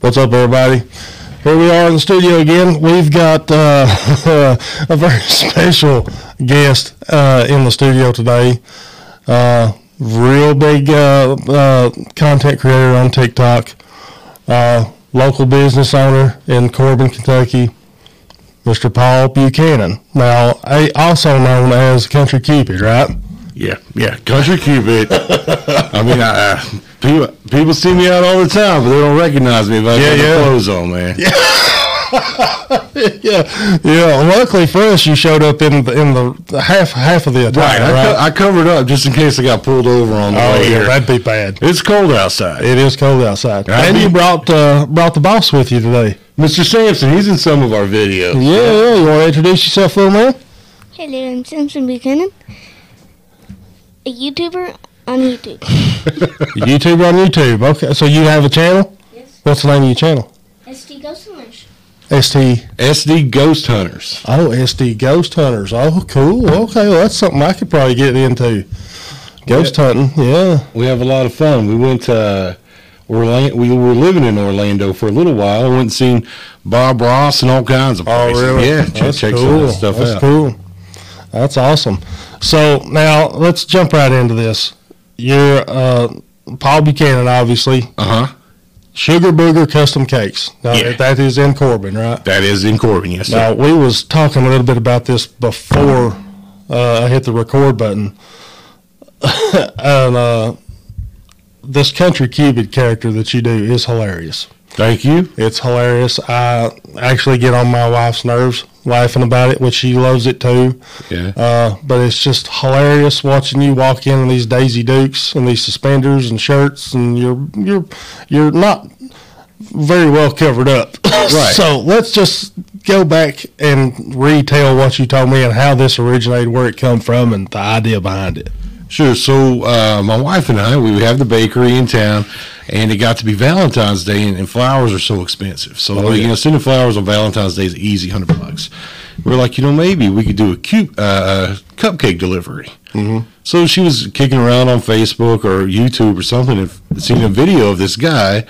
What's up, everybody? Here we are in the studio again. We've got uh, a very special guest uh, in the studio today. Uh, real big uh, uh, content creator on TikTok, uh, local business owner in Corbin, Kentucky, Mr. Paul Buchanan. Now, a- also known as Country Cupid, right? Yeah, yeah, country cupid. I mean, I, I, people people see me out all the time, but they don't recognize me if I Yeah, yeah. got no clothes on, man. Yeah, Yeah, yeah. Luckily for us, you showed up in the, in the half half of the right. attire, I, right? co- I covered up just in case I got pulled over on the Oh way yeah, here. that'd be bad. It's cold outside. It is cold outside. Right. And you brought uh, brought the boss with you today. Mr. Sampson, he's in some of our videos. Yeah, yeah. You want to introduce yourself, little man? Hello, I'm Simpson Buchanan, a YouTuber on YouTube. YouTuber on YouTube. Okay, so you have a channel. Yes. What's the name of your channel? SD Ghost Lunch. ST. SD Ghost Hunters. Oh, SD Ghost Hunters. Oh, cool. Okay, well, that's something I could probably get into. Ghost hunting. Yeah. We have a lot of fun. We went to Orlando. We were living in Orlando for a little while. I went and seen Bob Ross and all kinds of. places. Yeah, check, Oh, that's check some of cool. that stuff that's out. cool. That's awesome. So now let's jump right into this. You're uh, Paul Buchanan, obviously. Uh huh. Sugar Booger Custom Cakes. Now, Yeah. That is in Corbin, right? That is in Corbin. Yes. sir. Now, we was talking a little bit about this before uh, I hit the record button. and uh, this country cupid character that you do is hilarious. Thank you. It's hilarious. I actually get on my wife's nerves laughing about it, which she loves it too. Yeah. Uh, but it's just hilarious watching you walk in in these Daisy Dukes and these suspenders and shirts, and you're you're you're not very well covered up. Right. So let's just go back and retell what you told me and how this originated, where it come from, and the idea behind it. Sure. So uh, my wife and I, we would have the bakery in town, and it got to be Valentine's Day, and, and flowers are so expensive. So like, you know, sending flowers on Valentine's Day is easy, hundred bucks. We're like, you know, maybe we could do a cute uh, cupcake delivery. Mm-hmm. So she was kicking around on Facebook or YouTube or something, and seen a video of this guy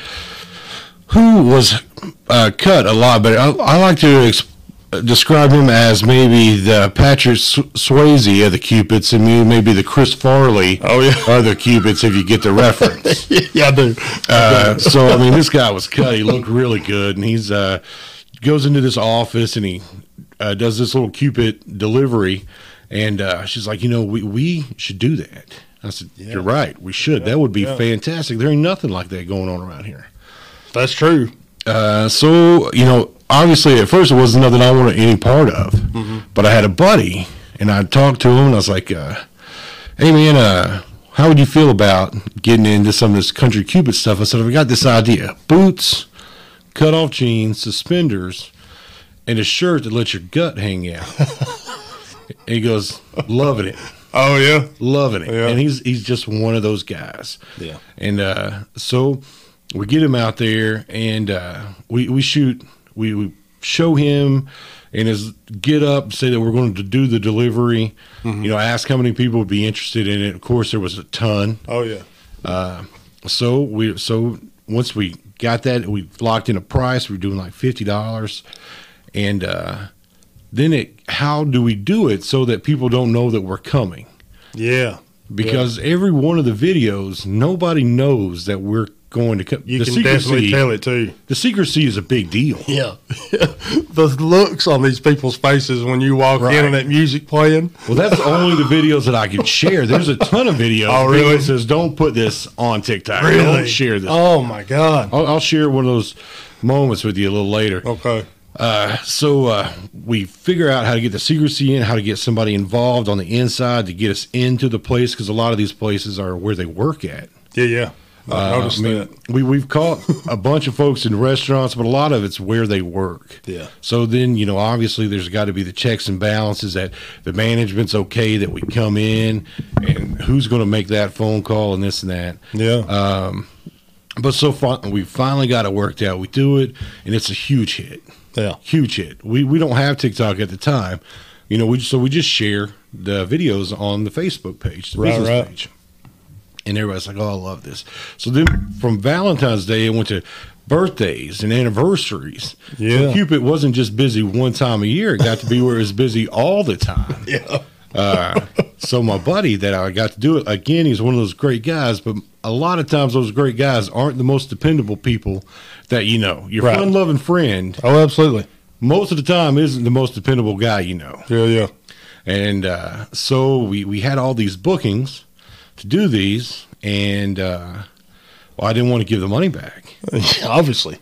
who was uh, cut a lot better. I, I like to ex- describe him as maybe the Patrick Sw- Swayze of the Cupids, and me- maybe the Chris Farley Oh, yeah. of the Cupids, if you get the reference. yeah, I do. uh, so I mean, this guy was cut. He looked really good, and he's uh, goes into this office and he uh, does this little Cupid delivery, and uh, she's like, you know, we we should do that. I said, you're right. We should. that would be fantastic. There ain't nothing like that going on around here. That's true. Uh, so you know, obviously at first it wasn't nothing I wanted any part of, but I had a buddy and I talked to him and I was like, uh, "Hey man, uh, how would you feel about getting into some of this country cupid stuff?" I said, "I've got this idea: boots, cut off jeans, suspenders, and a shirt that lets your gut hang out." and he goes, "Loving it." Oh yeah. loving it. Yeah. And he's he's just one of those guys. Yeah. And uh, so we get him out there, and uh, we we shoot we, we show him and his get up, say that we're going to do the delivery. Mm-hmm. You know, ask how many people would be interested in it. Of course, there was a ton. Oh yeah. So we so once we got that, we locked in a price. We were doing like fifty dollars, and uh, then it how do we do it so that people don't know that we're coming? Yeah. because every one of the videos, nobody knows that we're going to come. the it too. The secrecy is a big deal. Yeah. the looks on these people's faces when you walk in Right. and that music playing. Well, that's only the videos that I can share. There's a ton of videos. Oh, that really? Says don't put this on TikTok. Don't share this. Oh my God. I'll, I'll share one of those moments with you a little later. Okay. Uh, so uh, we figure out how to get the secrecy in, how to get somebody involved on the inside to get us into the place because a lot of these places are where they work at. Yeah, yeah. I Uh, noticed I mean, that. We we've caught a bunch of folks in restaurants, but a lot of it's where they work. Yeah. So then you know, obviously, there's got to be the checks and balances that the management's okay that we come in, and who's going to make that phone call and this and that. Yeah. Uh, But so far, we finally got it worked out. We do it, and it's a huge hit. yeah. Huge hit. We we don't have TikTok at the time, you know. We so we just share the videos on the Facebook page, the Right, business right. page, and everybody's like, "Oh, I love this." So then from Valentine's Day, it went to birthdays and anniversaries. Yeah. So Cupid wasn't just busy one time a year. It got to be where it was busy all the time. Yeah. Uh, so my buddy that I got to do it again, he's one of those great guys, but a lot of times those great guys aren't the most dependable people that you know. Your Right. fun loving friend Oh, absolutely. most of the time isn't the most dependable guy you know. Yeah, yeah. And uh, so we, we had all these bookings to do these, and uh, well, I didn't want to give the money back. Obviously.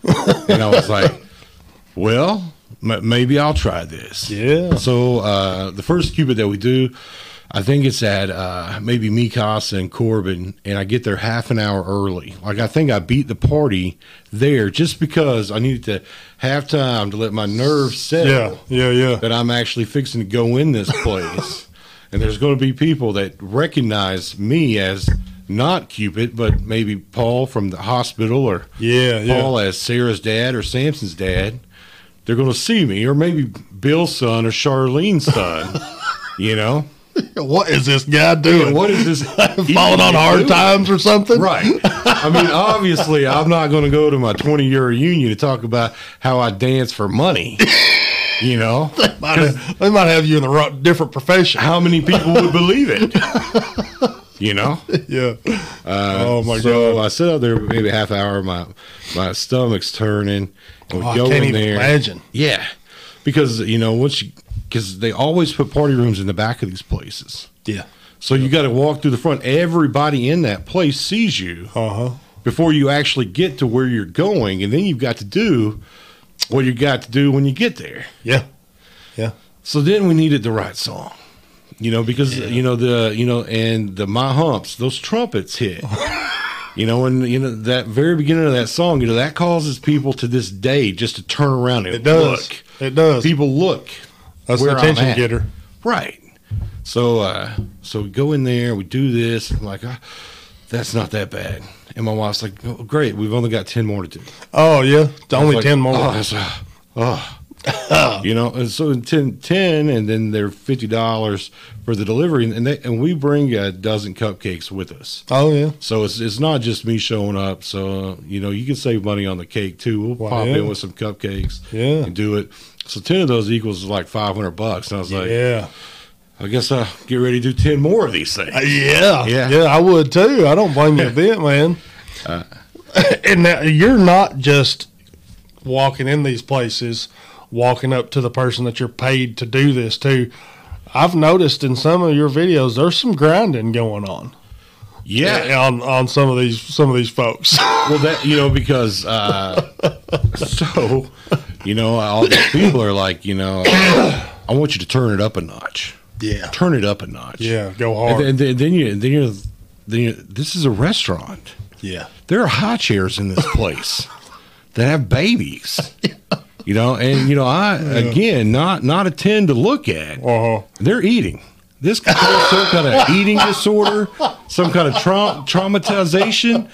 And I was like, well, m- maybe I'll try this. Yeah. So uh, the first Cupid that we do, I think it's at uh, maybe Mikasa and Corbin, and I get there half an hour early. Like, I think I beat the party there just because I needed to have time to let my nerves settle Yeah, yeah, yeah. that I'm actually fixing to go in this place, and there's going to be people that recognize me as not Cupid, but maybe Paul from the hospital, or Yeah, yeah. Paul as Sarah's dad or Samson's dad. They're going to see me, or maybe Bill's son or Charlene's son. you know, What is this guy doing? what is this? Falling on hard times or something? Right. I mean, obviously, I'm not going to go to my 20 year reunion to talk about how I dance for money. You know, Might have- they might have you in the right, different profession. how many people would believe it? You know? Uh, Yeah. oh my so god. I sit up there for maybe a half hour, my my stomach's turning. And we Oh, I go can't in even there. imagine. Yeah. Because you know, once you because they always put party rooms in the back of these places. Yeah. So you gotta walk through the front. Everybody in that place sees you Uh huh. before you actually get to where you're going, and then you've got to do what you got to do when you get there. Yeah. So then we needed the right song. You know, because you know the you know and the my humps, those trumpets hit. you know, and you know that very beginning of that song, you know, that causes people to this day just to turn around and It does. look. It does. People look. That's where an I'm attention at. getter. Right. So uh so we go in there, we do this, I'm like ah, that's not that bad. And my wife's like, oh, great, we've only got ten more to do. Oh yeah. Only Like, ten more. Oh, it's, uh, oh. you know, and so in 10, 10 and then they're fifty dollars for the delivery, and they, and we bring a dozen cupcakes with us. oh yeah. So it's it's not just me showing up. So uh, you know, you can save money on the cake too. We'll Wow, pop yeah. in with some cupcakes, Yeah. and do it. So ten of those equals like five hundred bucks. And I was like, yeah. I guess I get ready to do ten more of these things. Uh, Yeah, Yeah. Uh. I would too. I don't blame you a bit, man. and now you're not just walking in these places, walking up to the person that you're paid to do this to. I've noticed in some of your videos, there's some grinding going on yeah. on on some of these some of these folks. Well, that you know because uh, so you know all these people are like you know I want you to turn it up a notch, yeah, turn it up a notch, yeah, go And, hard. then- then- then you then you're then you this is a restaurant. yeah, There are high chairs in this place that have babies. You know, and you know, I again not not a ten to look at. uh huh. They're eating. This could cause some kind of eating disorder, some kind of trau- traumatization.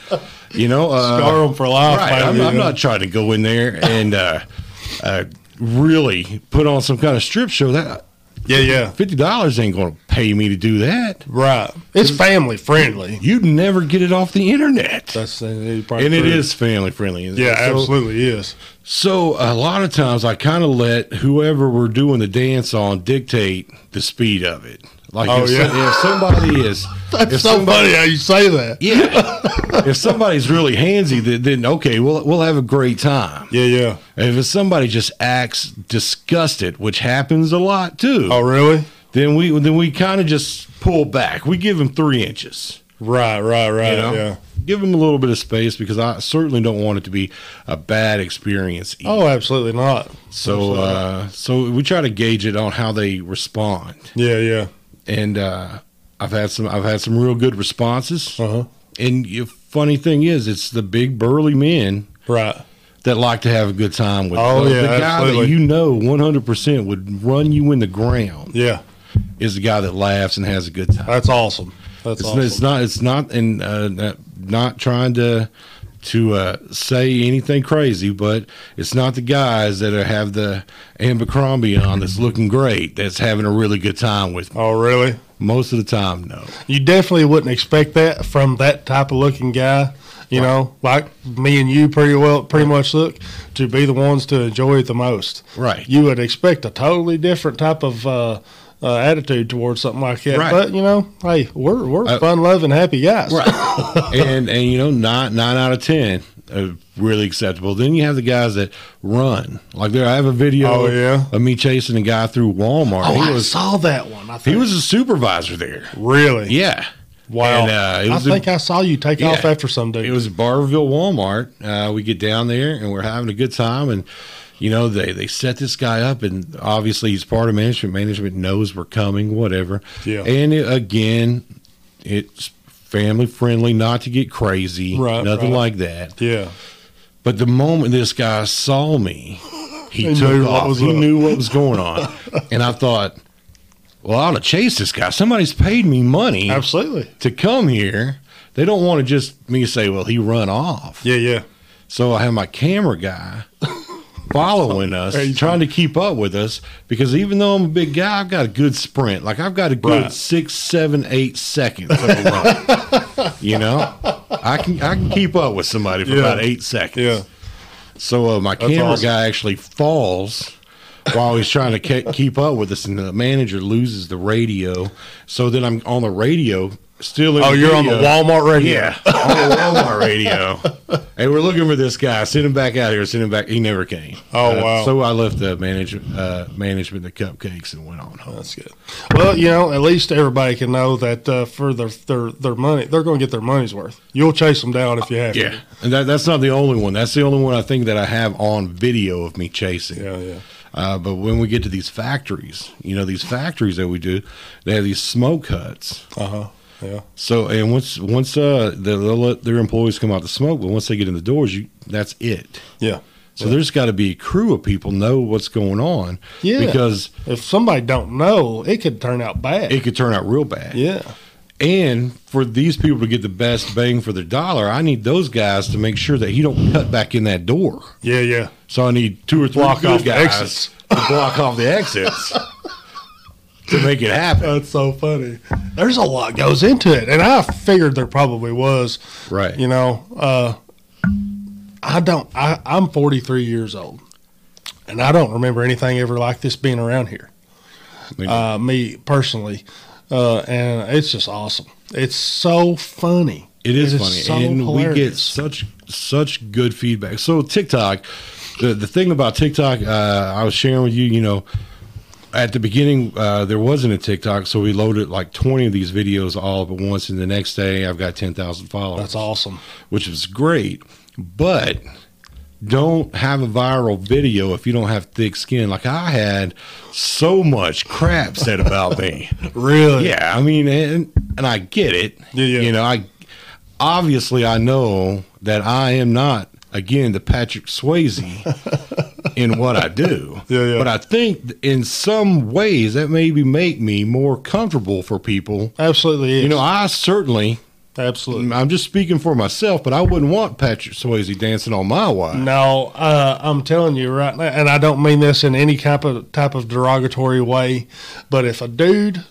You know, uh, Scar 'em for life, Right. I'm, baby. I'm not trying to go in there and uh, uh, really put on some kind of strip show. That Yeah, yeah, fifty dollars ain't going to pay me to do that. right. It's family friendly. You'd never get it off the internet, That's and and it is family friendly. Yeah, So- absolutely is. So a lot of times I kind of let whoever we're doing the dance on dictate the speed of it. Like Oh, if, yeah. some- if somebody is, That's if so funny how you say that. yeah, if somebody's really handsy, then, then okay, we'll we'll have a great time. Yeah, yeah. If it's somebody just acts disgusted, which happens a lot too, Oh, really? then we then we kind of just pull back. We give them three inches. Right, right, right. You know, Yeah. give them a little bit of space because I certainly don't want it to be a bad experience. either. Oh, absolutely not. So, uh, so we try to gauge it on how they respond, Yeah, yeah. and uh, I've had some I've had some real good responses. Uh huh. And the funny thing is, it's the big burly men Right. that like to have a good time with. Oh, the, yeah, the guy absolutely. that you know one hundred percent would run you in the ground Yeah. is the guy that laughs and has a good time. That's awesome. That's It's, awesome. it's not it's not and uh, not- not trying to to uh, say anything crazy, but it's not the guys that are, have the Abercrombie on that's looking great that's having a really good time with me. oh, really? most of the time. No, You definitely wouldn't expect that from that type of looking guy you know, like me and you pretty well, pretty much look to be the ones to enjoy it the most. Right. You would expect a totally different type of uh, uh, attitude towards something like that. Right. But you know, hey, we're we're Uh, fun loving, happy guys. right and and you know nine nine out of ten are really acceptable then you have the guys that run like there i have a video Oh, yeah? of me chasing a guy through walmart Oh, I he was saw that one. I he think. was a supervisor there really yeah wow. and, uh, it was I a- think I saw you take Yeah. off after some dude. it was Barberville Walmart. Uh, we get down there and we're having a good time. And, you know, they, they set this guy up, and obviously he's part of management. Management knows we're coming, whatever. Yeah. And it, again, it's family friendly, not to get crazy, Right, nothing right. like that. yeah. But the moment this guy saw me, he, He took knew what off. was he up. knew what was going on. and I thought, well, I ought to chase this guy. Somebody's paid me money Absolutely. to come here. They don't want to just me say, well, he run off. Yeah. Yeah. So I have my camera guy following us, There you go. trying to keep up with us, because even though I'm a big guy, I've got a good sprint. Like I've got a good Right. six, seven, eight seconds of a run. you know, I can I can keep up with somebody for Yeah. about eight seconds. Yeah. So uh, my camera awesome. guy actually falls while he's trying to ke- keep up with us, and the manager loses the radio. So then I'm on the radio. Still, in Oh, you're on the video. Walmart radio. Yeah, on the Walmart radio. And we're looking for this guy. Send him back out here. Send him back. He never came. Oh, Uh, wow. So I left the management uh, management the cupcakes and went on home. That's good. Well, you know, at least everybody can know that uh, for their their their money, they're going to get their money's worth. You'll chase them down if you have Yeah, and that, that's not the only one. That's the only one I think that I have on video of me chasing. to. Yeah, yeah. Uh, but when we get to these factories, you know, these factories that we do, they have these smoke huts. Uh huh. Yeah. So, and once once uh, they- they'll let their employees come out to smoke, but once they get in the doors, you that's it. Yeah. So there's got to be a crew of people know what's going on. Yeah. Because If somebody don't know, it could turn out bad. it could turn out real bad. yeah. And for these people to get the best bang for their dollar, I need those guys to make sure that he don't cut back in that door. Yeah. Yeah. So I need two or three Block good off the guys exits. to block off the exits to make it happen. That's so funny. There's a lot goes into it, and I figured there probably was. Right. You know, uh, I don't. I, I'm 43 years old, and I don't remember anything ever like this being around here. Me uh, me personally, uh, and it's just awesome. It's so funny. It is It is funny, so and we get hilarious. such such good feedback. So TikTok, the the thing about TikTok, uh, I was sharing with you, you know, at the beginning uh, there wasn't a TikTok, so we loaded like twenty of these videos all up at once, and the next day I've got ten thousand followers, That's awesome. which is great. But don't have a viral video if you don't have thick skin. Like I had so much crap said about me. Really? Yeah, I mean, and and I get it. Yeah, yeah. You know, I obviously I know that I am not again the Patrick Swayze in what I do. Yeah, yeah. But I think in some ways that maybe make me more comfortable for people. Absolutely. Is. You know, I certainly absolutely. I'm just speaking for myself, but I wouldn't want Patrick Swayze dancing on my Mm. wife. No, uh, I'm telling you right now, and I don't mean this in any type of type of derogatory way, but if a dude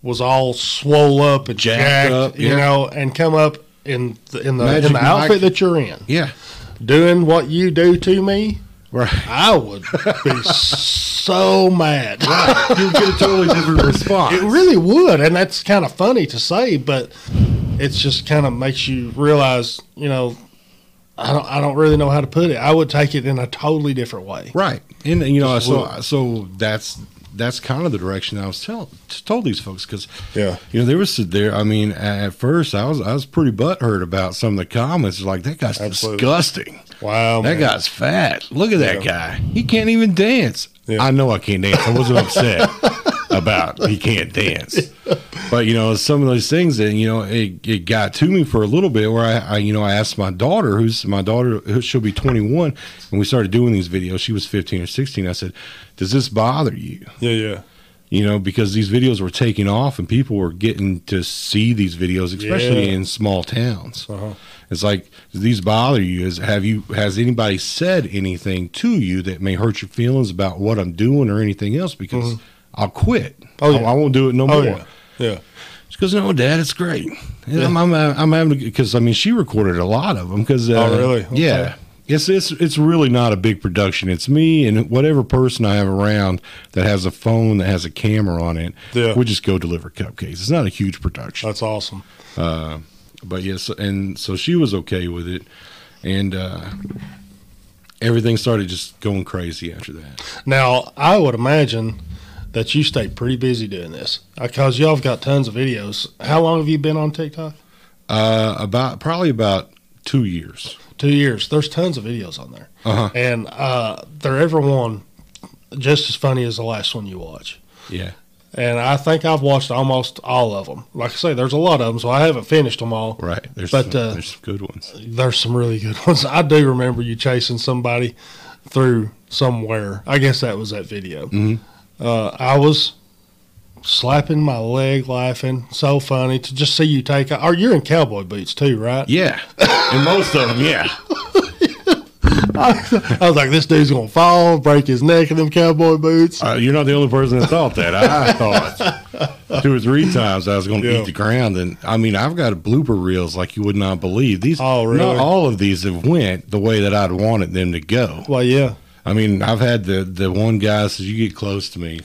was all swole up and Jacked jacked, up, you yeah. know, and come up in the, in the Magic in the outfit Mike. that you're in, Yeah. doing what you do to me, Right. I would be so mad. You'd get a totally different response. It really would, and that's kind of funny to say, but it's just kind of makes you realize, you know, I don't, I don't really know how to put it. I would take it in a totally different way. Right, and you know, so look. so that's that's kind of the direction I was tell, told these folks because Yeah. you know, there was there. I mean, at at first I was I was pretty butthurt about some of the comments. Like that guy's Absolutely. disgusting. Wow, That guy's fat. Look at that guy. He can't even dance. Yeah. I know I can't dance. I wasn't upset about he can't dance. But you know, some of those things that you know, it, it got to me for a little bit where I, I you know, I asked my daughter, who's my daughter, who- she'll be 21, and we started doing these videos. She was 15 or 16. I said, "Does this bother you?" yeah, yeah, You know, because these videos were taking off and people were getting to see these videos, especially Yeah. in small towns. uh-huh. It's like do these bother you? Is have you has anybody said anything to you that may hurt your feelings about what I'm doing or anything else? Because I'll quit. Mm-hmm. Oh, I- yeah. I, won't do it no oh more. yeah, yeah, She goes, "No, Dad, it's great." And I'm, I'm, I'm having because I mean she recorded a lot of them because uh, Oh, really? Okay. yeah. It's, it's it's really not a big production. It's me and whatever person I have around that has a phone that has a camera on it. Yeah. We just go deliver cupcakes. It's not a huge production That's awesome. Uh, but yes, and so she was okay with it, and uh, everything started just going crazy after that. Now, I would imagine that you stay pretty busy doing this because y'all have got tons of videos. How long have you been on TikTok? Uh, about probably about two years. Two years. There's tons of videos on there, Uh huh. and uh, they're every one just as funny as the last one you watch. Yeah. And I think I've watched almost all of them. Like I say, there's a lot of them, so I haven't finished them all. Right. There's But, some, uh, there's some good ones. There's some really good ones. I do remember you chasing somebody through somewhere. I guess that was that video. Mhm. Uh, I was slapping my leg, laughing. So funny to just see you take. Or you're in cowboy boots too, right? Yeah. and most of them, yeah. I was like, this dude's gonna fall, break his neck in them cowboy boots. Uh, you're not the only person that thought that. I thought two or three times I was going to Yeah. eat the ground, and I mean I've got blooper reels like you would not believe. These, Oh, really? not all of these have went the way that I'd wanted them to go. Well, yeah. I mean, I've had the the one guy says, "You get close to me,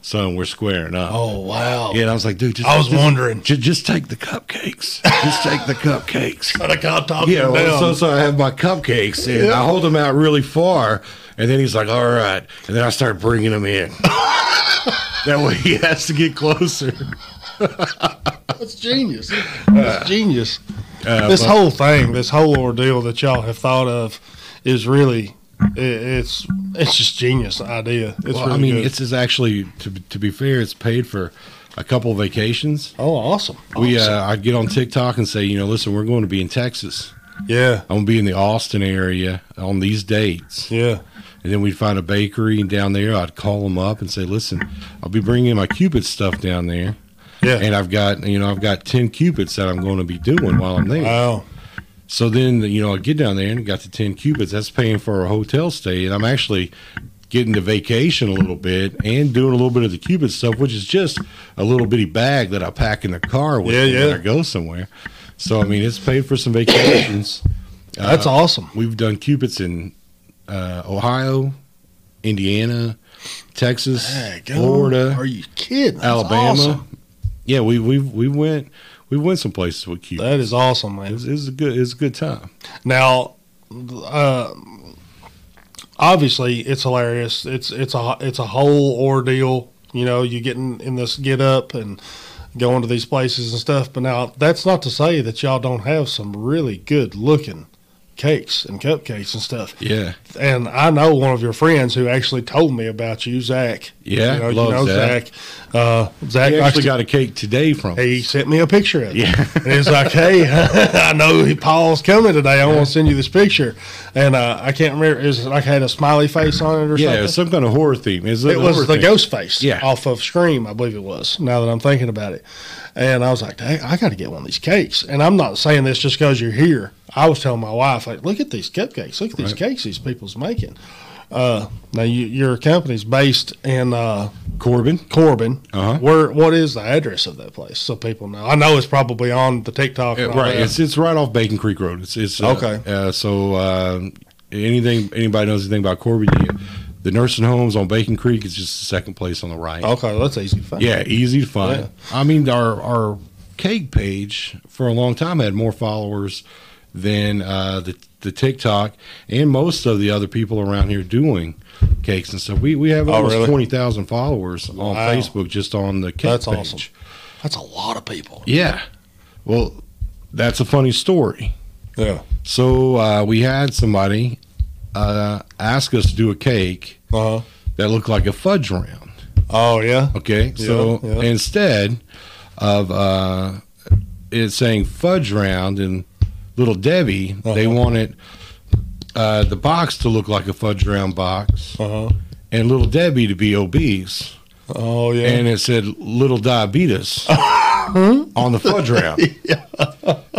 son, we're squaring up." Oh wow. Yeah, and I was like, "Dude, just, I was just, wondering. ju- just take the cupcakes. Just take the cupcakes." But I got talking Yeah, well, so down. so I have my cupcakes and I hold them out really far, and then he's like, "All right," and then I start bringing them in. that way, he has to get closer. That's genius. Uh, That's genius. this whole thing, this whole ordeal that y'all have thought of, is really i it's it's just genius idea. It's well, really I mean, good. it's is actually to be- to be fair, it's paid for a couple vacations. oh awesome. We Awesome. uh, I get on TikTok and say, you know, listen, we're going to be in Texas. yeah I'm gonna be in the Austin area on these dates, yeah and then we'd find a bakery down there. I'd call them up and say, "Listen, I'll be bringing my cupid stuff down there, yeah. and I've got you know I've got ten cupids that I'm going to be doing while I'm there." wow. So then you know I get down there and got the ten cupids. That's paying for a hotel stay, and I'm actually getting to vacation a little bit and doing a little bit of the cupid stuff, which is just a little bitty bag that I pack in the car with Yeah, me when yeah. I go somewhere. So I mean, it's paid for some vacations. uh, That's awesome. We've done cupids in uh, Ohio, Indiana, Texas, Are Florida, you kidding? That's Alabama. awesome. Yeah, we we we went we went some places with cupids. That is awesome, It man. was, it was a good it was a good time. Now, uh, obviously, it's hilarious. It's it's a it's a whole ordeal. You know, you getting in this get up and going to these places and stuff. But now, that's not to say that y'all don't have some really good looking cakes and cupcakes and stuff. Yeah, And I know one of your friends who actually told me about you, Zach. yeah, you know, love you know that. Zach. Uh, Zach He likes to- actually got a cake today from. he sent me a picture of it. Yeah. And it's like, hey, I know he- Paul's coming today. I want to send you this picture. And uh, I can't remember. It was like had a smiley face on it or yeah, it something. was some kind of horror theme. It was, a it was horror the theme. ghost face Yeah. off of Scream, I believe it was, now that I'm thinking about it. And I was like, dang, I got to get one of these cakes. And I'm not saying this just because you're here. I was telling my wife, like, look at these cupcakes. Look at these Right. cakes these people's making. Uh, now, you, your company's based in uh, Corbin. Corbin. Uh-huh. Where what is the address of that place so people know? I know it's probably on the TikTok. and all right, that. it's it's right off Bacon Creek Road. It's it's uh, Oh, Okay. Uh, so um, anything anybody knows anything about Corbin, you, the nursing homes on Bacon Creek is just the second place on the right. Okay, well, that's easy to find. Yeah, easy to find. Yeah. I mean, our our cake page for a long time had more followers than uh, the the TikTok and most of the other people around here doing cakes and stuff. We we have almost really? twenty thousand followers on Wow. Facebook just on the cake That's page. awesome. That's a lot of people. Yeah. Well, that's a funny story. Yeah. So uh, we had somebody uh, ask us to do a cake Uh huh. that looked like a fudge round. Oh yeah. Okay, so Yeah, yeah. instead of uh, it saying fudge round and little Debbie, they Uh-huh. wanted uh, the box to look like a fudge round box Uh huh. and little Debbie to be obese, Oh yeah. and it said little diabetes on the fudge round.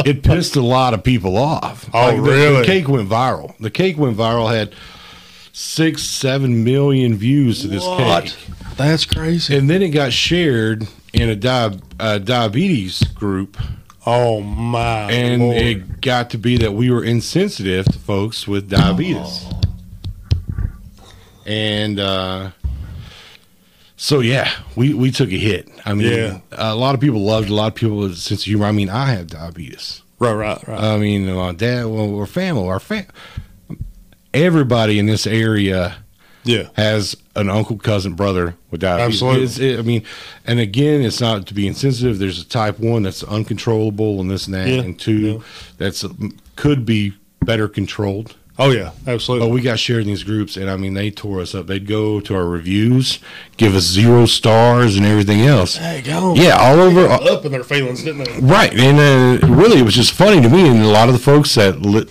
It pissed a lot of people off. Oh, the- The really? cake went viral. The cake went viral. Had six, seven million views to this What? cake. That's crazy. And then it got shared in a, di- a diabetes group, Oh my and Lord. it got to be that we were insensitive to folks with diabetes. And uh, so, yeah, we, we took a hit. I mean, Yeah. a lot of people loved a lot of people with a sense of humor. I mean, I have diabetes. right, right, right. I mean, my dad, well, we're family, our fam. Everybody in this area yeah, has an uncle, cousin, brother with diabetes. Absolutely. It's- it- I mean, and again, it's not to be insensitive. There's a type one that's uncontrollable and this and that, Yeah, and two that's um, could be better controlled. oh yeah, But absolutely. we got shared in these groups, and I mean, they tore us up. They'd go to our reviews, give us zero stars and everything else. Hey, go Yeah, all over. uh, up in their feelings, didn't they? Right, and uh, really, it was just funny to me, and a lot of the folks that li-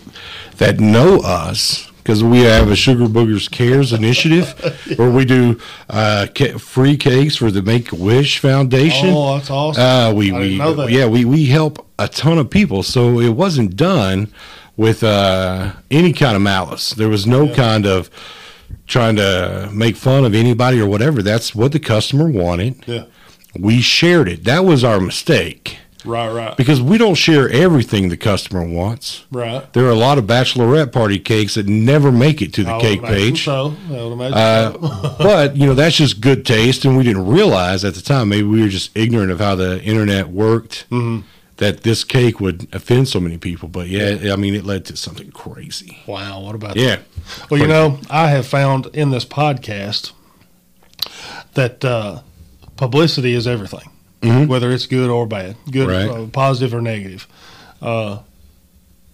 that know us because we have a Sugar Boogers Cares initiative where we do uh, ca- free cakes for the Make a Wish Foundation. Oh, that's awesome. Uh, we, I we didn't know that. yeah, we we help a ton of people, so it wasn't done with uh, any kind of malice. There was no kind of trying to make fun of anybody or whatever. That's what the customer wanted. Yeah. We shared it. That was our mistake Right, right, because we don't share everything the customer wants. right. There are a lot of bachelorette party cakes that never make it to the I would cake imagine page. So I would imagine. Uh, but you know that's just good taste, and we didn't realize at the time. Maybe we were just ignorant of how the internet worked. Mm-hmm. That this cake would offend so many people, but yeah, I mean, it led to something crazy. wow, what about Yeah, that? Well, you know, I have found in this podcast that uh, publicity is everything, Mhm. whether it's good or bad, good, Right. uh, positive or negative. Uh,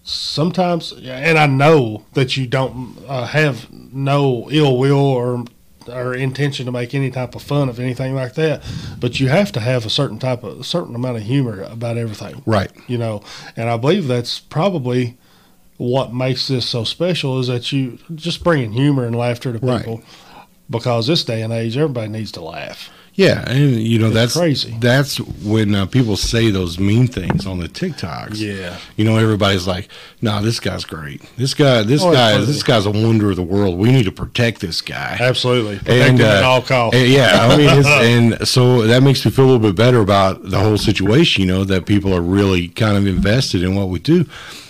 sometimes, yeah, and I know that you don't uh, have no ill will or or intention to make any type of fun of anything like that, but you have to have a certain type of a certain amount of humor about everything. right. you know and i believe that's probably what makes this so special is that you just bringing humor and laughter to Right. people because this day and age everybody needs to laugh Yeah, and you know It's that's crazy. That's when uh, people say those mean things on the TikToks. yeah You know, everybody's like, "Nah, this guy's great. This guy, this Oh, guy, absolutely. this guy's a wonder of the world. We need to protect this guy." absolutely And, and, uh, at all costs And, yeah, I mean, it's, and so that makes me feel a little bit better about the whole situation. You know, that people are really kind of invested in what we do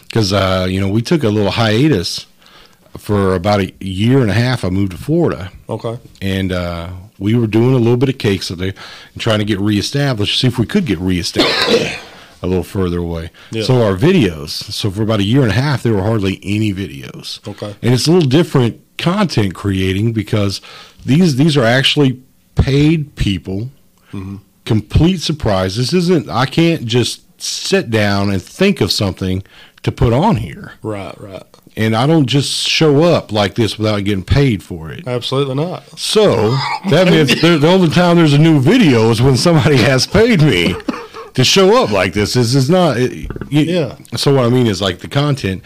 because uh, you know we took a little hiatus for about a year and a half. I moved to Florida okay and uh, we were doing a little bit of cakes up there and trying to get reestablished, see if we could get reestablished a little further away. Yeah. So our videos, so for about a year and a half, there were hardly any videos. Okay. and it's a little different content creating because these these are actually paid people. Mm-hmm. Complete surprise. This isn't. I can't just sit down and think of something to put on here, right right and I don't just show up like this without getting paid for it. absolutely not So that means there, the only time there's a new video is when somebody has paid me to show up like this. This is not. It, you- Yeah. So what I mean is like the content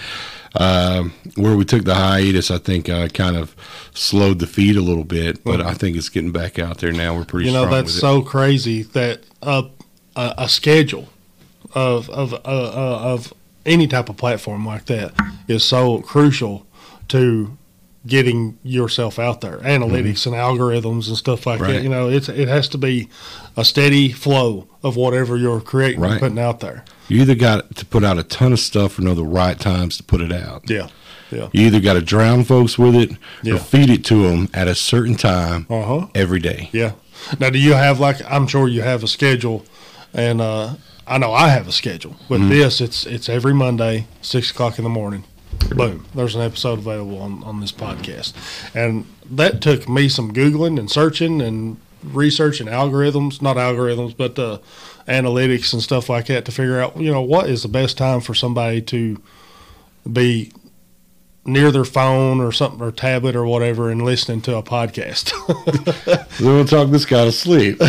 um, where we took the hiatus. I think uh, kind of slowed the feed a little bit, but I think it's getting back out there now. We're pretty. you know strong that's with it. so crazy that uh, a, a schedule of of uh, uh, of any type of platform like that is so crucial to getting yourself out there analytics and algorithms and stuff like Mm-hmm. Right. that you know it's it has to be a steady flow of whatever you're creating Right. and putting out there You either got to put out a ton of stuff or know the right times to put it out. yeah yeah You either got to drown folks with it Yeah. or feed it to them at a certain time uh-huh every day. Yeah. Now, do you have like I'm sure you have a schedule, and uh, I know I have a schedule. With this, it's it's every Monday, six o'clock in the morning. Boom. There's an episode available on on this podcast, and that took me some googling and searching and researching algorithms, not algorithms, but uh, analytics and stuff like that to figure out you know what is the best time for somebody to be near their phone or something or tablet or whatever and listening to a podcast. Then we'll talk this guy to sleep.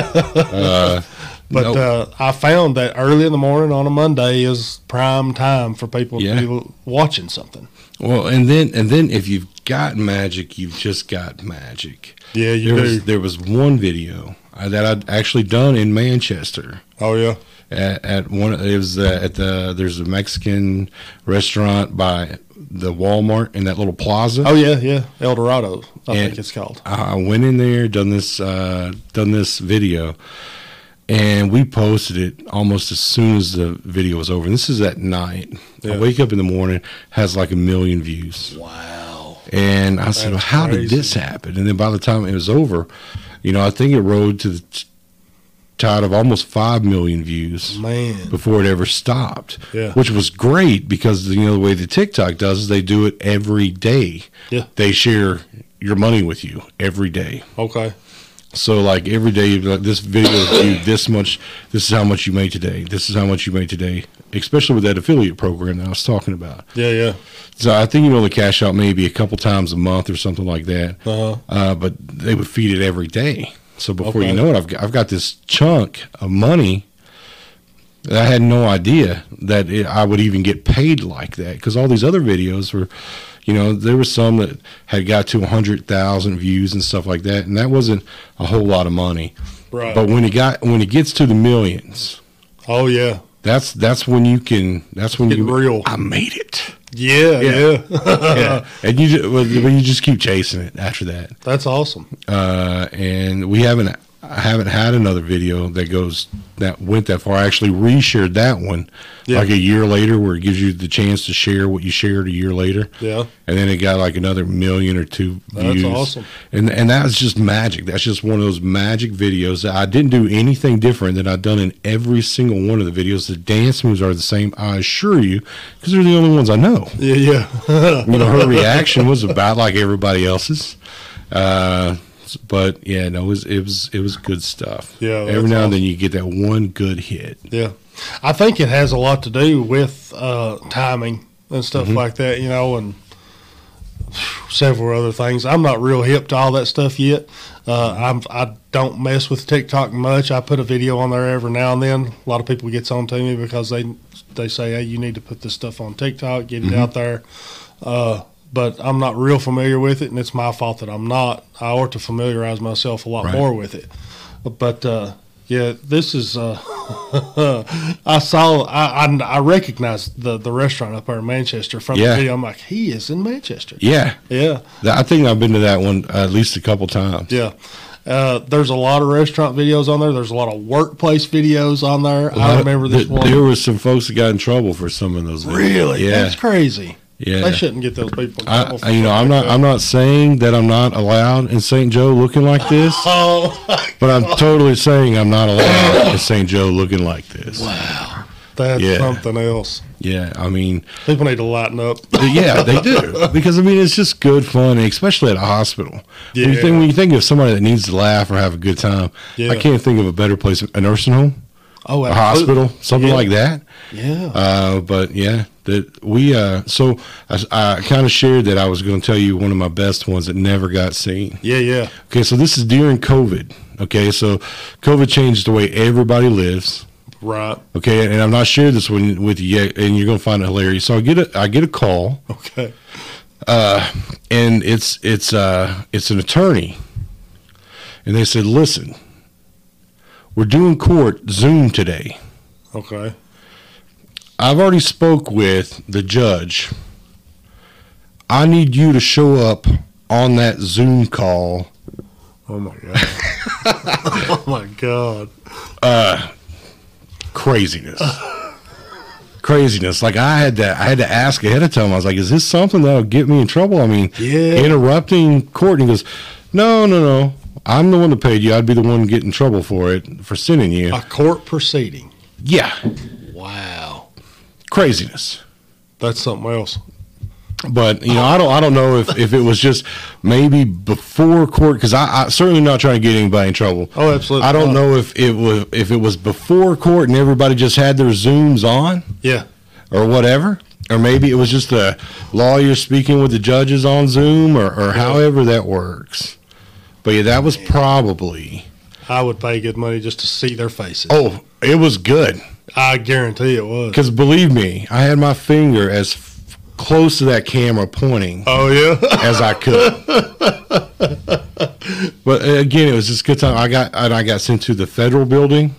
uh, But Nope. uh, I found that early in the morning on a Monday is prime time for people Yeah. to be watching something. Well, and then and then if you've got magic, you've just got magic. Yeah, you There was there was one video uh, that I'd actually done in Manchester Oh yeah, at, at one. It was uh, at the there's a Mexican restaurant by the Walmart in that little plaza. oh yeah, yeah. El Dorado, I Yeah. think it's called. I I went in there, done this, uh, done this video, and we posted it almost as soon as the video was over. And this is at night. Yeah. I wake up in the morning, has like a million views. Wow. And I said, well, That's how did crazy. this happen? And then by the time it was over, you know, I think it rode to the t- tide of almost 5 million views Man. before it ever stopped, Yeah. which was great because you know the way that TikTok does is they do it every day. Yeah. They share your money with you every day. Okay. So like every day, you'd be like this video is viewed this much. This is how much you made today. This is how much you made today. Especially with that affiliate program that I was talking about. Yeah, yeah. So I think you only cash out maybe a couple times a month or something like that. Uh-huh. Uh, but they would feed it every day. So before Okay. you know it, I've got, I've got this chunk of money that I had no idea that it, I would even get paid like that because all these other videos were, you know, there were some that had got to 100,000 views and stuff like that. And that wasn't a whole lot of money. Right. But when it got when it gets to the millions, oh yeah. that's that's when you can that's when Get you real. I made it. Yeah, yeah. Yeah. yeah. And you just, well, you just keep chasing it after that That's awesome. uh, and we haven't I haven't had another video that goes that went that far. I actually reshared that one Yeah. like a year later, where it gives you the chance to share what you shared a year later. Yeah. and then it got like another million or two That's views. awesome. And and that's just magic. That's just one of those magic videos that I didn't do anything different than I've done in every single one of the videos. The dance moves are the same, I assure you, because they're the only ones I know Yeah, yeah. you know, her reaction was about like everybody else's. Uh, but yeah, no, it was it was it was good stuff. Yeah, that's every now awesome. and then you get that one good hit. Yeah, I think it has a lot to do with uh, timing and stuff Mm-hmm. like that, you know, and several other things. I'm not real hip to all that stuff yet. Uh, I'm I don't mess with TikTok much. I put a video on there every now and then. A lot of people gets on to me because they they say, "Hey, you need to put this stuff on TikTok, get it out Mm-hmm. there." Uh, but I'm not real familiar with it, and it's my fault that I'm not. I ought to familiarize myself a lot Right. more with it. But uh, yeah, this is. Uh, I saw. I, I I recognized the the restaurant up there in Manchester from Yeah. the video. I'm like, he is in Manchester. Yeah, Yeah, That- I think I've been to that one at least a couple times. yeah. Uh, there's a lot of restaurant videos on there. There's a lot of workplace videos on there. A lot I of- remember this Uh, th- one. There was some folks that got in trouble for some of those. videos. really? Yeah, That's crazy. yeah. They shouldn't get those people. in I, trouble for I- you know, I'm something like not. I'm not saying that I'm not allowed in St. Joe looking like this, that. Oh, but I'm totally saying I'm not allowed in St. Joe looking like this. that's Yeah. something else. Yeah, I mean, People need to lighten up. But yeah, they do because I mean it's just good fun, and especially at a hospital. When you Yeah. think when you think of somebody that needs to laugh or have a good time, Yeah. I can't think of a better place: a nursing home, Oh, a hospital, something Yeah. like that. Yeah. Uh, but yeah, that we uh, so I, I kind of shared that I was going to tell you one of my best ones that never got seen. yeah, yeah, Okay, so this is during COVID. Okay, so COVID changed the way everybody lives. right. Okay, and I'm not shared this one with you yet, and you're going to find it hilarious. So I get a I get a call. Okay. and it's it's uh it's an attorney and they said listen we're doing court zoom today Okay. i've already spoke with the judge i need you to show up on that zoom call Oh my god. oh my god. craziness craziness like i had to i had to ask ahead of time i was like is this something that'll get me in trouble i mean Yeah. interrupting court and he goes no no no i'm the one that paid you i'd be the one getting in trouble for it for sending you A court proceeding. yeah Wow. craziness. That's something else. But you know, I don't, I don't know if, if it was just maybe before court because I, I certainly not trying to get anybody in trouble. Oh, absolutely. I don't not. know if it was if it was before court and everybody just had their zooms on Yeah. or whatever, or maybe it was just the lawyer speaking with the judges on Zoom or, or however that works. But yeah, that was probably. I would pay good money just to see their faces. Oh, it was good. I guarantee it was. Because believe me, I had my finger as f- close to that camera pointing Oh yeah. as I could. but uh, again, it was just a good time. I got and I got sent to the federal building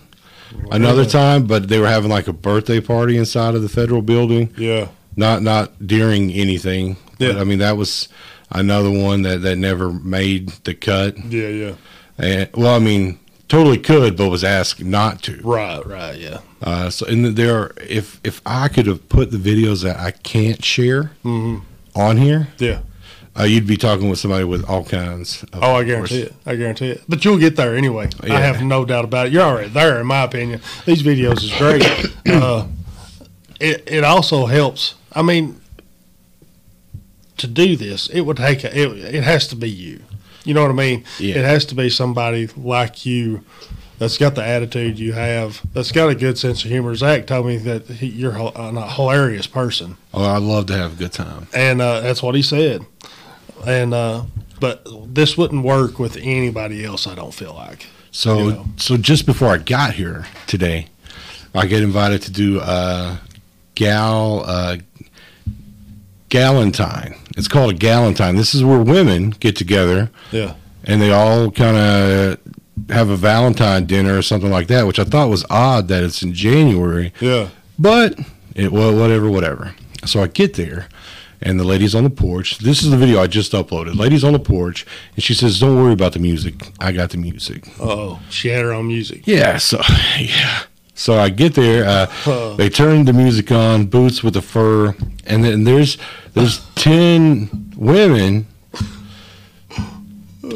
another time, but they were having like a birthday party inside of the federal building. yeah. Not not during anything. But, Yeah. I mean, that was another one that that never made the cut. Yeah. Yeah. And well, I mean, totally could, but was asked not to. Right, right, yeah. Uh, so and there, are, if if I could have put the videos that I can't share on here, Mm-hmm. Yeah. uh, you'd be talking with somebody with all kinds. Of Oh, I guarantee it. I guarantee it. But you'll get there anyway. I Yeah. have no doubt about it. You're already there, in my opinion. These videos is great. uh, it it also helps. I mean, to do this, it would take a, it. It has to be you. You know what I mean? Yeah. It has to be somebody like you that's got the attitude you have, that's got a good sense of humor. Zach told me that he, you're hil- an- a hilarious person Oh, I'd love to have a good time. and uh, that's what he said. And uh, but this wouldn't work with anybody else. I don't feel like. So You know. so just before I got here today, I get invited to do uh, gal uh, galentine. It's called a galentine. This is where women get together Yeah, and they all kind of have a Valentine dinner or something like that, which I thought was odd that it's in January. yeah, But it well, whatever, whatever. So I get there, and the lady's on the porch. This is the video I just uploaded. Lady's on the porch, and she says, "Don't worry about the music. I got the music." Oh, she had her own music. Yeah. So yeah. So I get there. Uh, they turn the music on. Boots with the fur, and then there's there's ten women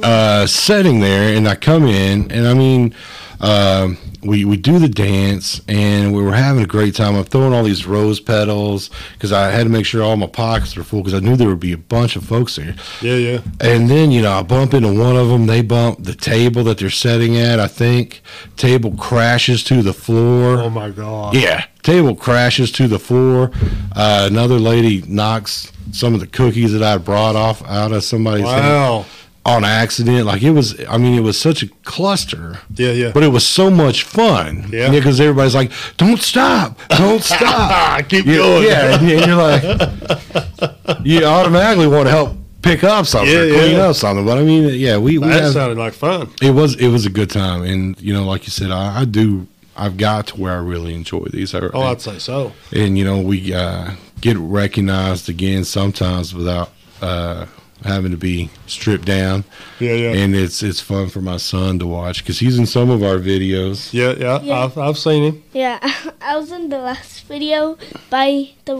uh, sitting there, and I come in, and I mean, um, we we do the dance, and we were having a great time. I'm throwing all these rose petals because I had to make sure all my pockets were full because I knew there would be a bunch of folks there. Yeah, yeah, And then, you know, I bump into one of them. They bump the table that they're sitting at, I think. Table crashes to the floor. Oh my god. Yeah. Table crashes to the floor. Uh, another lady knocks some of the cookies that I brought off out of somebody's hand Wow. on accident. Like it was, I mean, it was such a cluster. Yeah, yeah. But it was so much fun. Yeah. Because everybody's like, don't stop. Don't stop. Ah, Keep You- going. Yeah, and you're like, you automatically want to help pick up something, Yeah, or clean yeah. up something. But I mean, yeah, we, we That have, sounded like fun. it was it was a good time, and you know, like you said, I, I do. I've got to where I really enjoy these. I, Oh, I'd say so. and you know, we uh, get recognized again sometimes without uh, having to be stripped down, Yeah, yeah, and it's it's fun for my son to watch because he's in some of our videos. yeah, yeah. Yeah. I've, I've seen him. Yeah, I was in the last video by the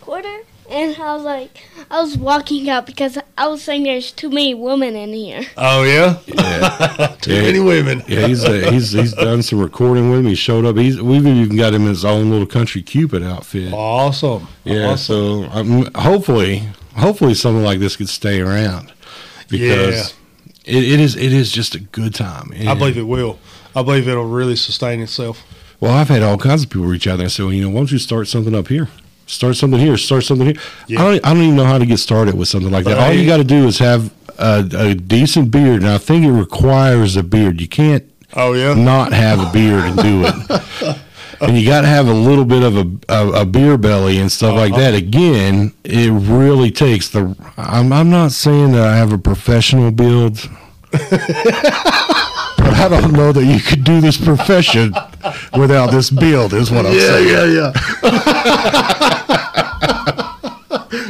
recorder, and I was like, I was walking out because I was saying there's too many women in here. Oh yeah. Yeah, Too Yeah. many women. yeah he's uh, he's he's done some recording with me. He showed up. He's we've even got him in his own little country cupid outfit. Awesome. Yeah, Awesome. so um, hopefully, hopefully something like this could stay around because it, it is it is just a good time. I believe it will. I believe it'll really sustain itself. Well, I've had all kinds of people reach out and say, well, you know, why don't you start something up here? Start something here. Start something here. Yeah. I, don't, I don't even know how to get started with something like that. All Right. you got to do is have a, a decent beard, and I think it requires a beard. You can't Oh yeah. not have a beard and do it. And you got to have a little bit of a, a, a beer belly and stuff like Uh-huh. that. Again, it really takes the. I'm, I'm not saying that I have a professional build, but I don't know that you could do this profession without this build, is what I'm saying. yeah, yeah.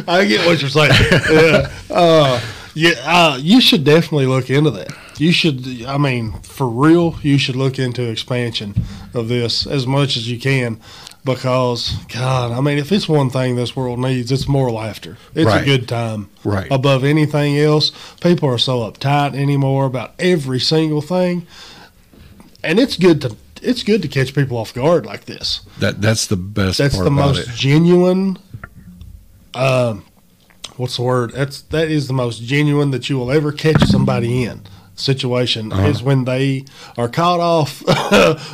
I get what you're saying. Yeah, uh, yeah. Uh, you should definitely look into that. You should. I mean, for real, you should look into expansion of this as much as you can, because God, I mean, if it's one thing this world needs, it's more laughter. It's a Right. good time Right. above anything else. People are so uptight anymore about every single thing, and it's good to it's good to catch people off guard like this. That, that's the best That's part the about most it. genuine. Um, what's the word? That's that is the most genuine that you will ever catch somebody in situation Uh-huh. is when they are caught off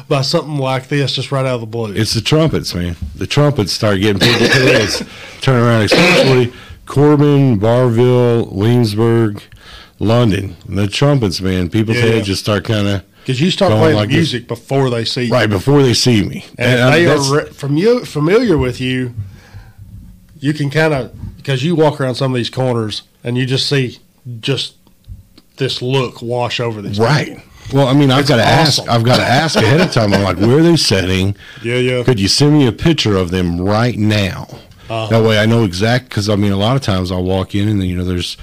by something like this, just right out of the blue. It's the trumpets, man. The trumpets start getting people to this. Turn around, especially Corbin, Barville, Williamsburg, London. The trumpets, man. People's Yeah. heads just start kind of because you start going playing like the this. music before they see you, right before they see me. and, I- if they that's- are re- from you familiar with you. You can kind of because you walk around some of these corners and you just see just this look wash over these right. Well, I mean, I've got to awesome. ask. I've got to ask ahead of time. I'm like, where are they setting? people. Yeah, yeah. Could you send me a picture of them right now? Uh-huh. That way I know exact, because I mean, a lot of times I'll walk in and then, you know, there's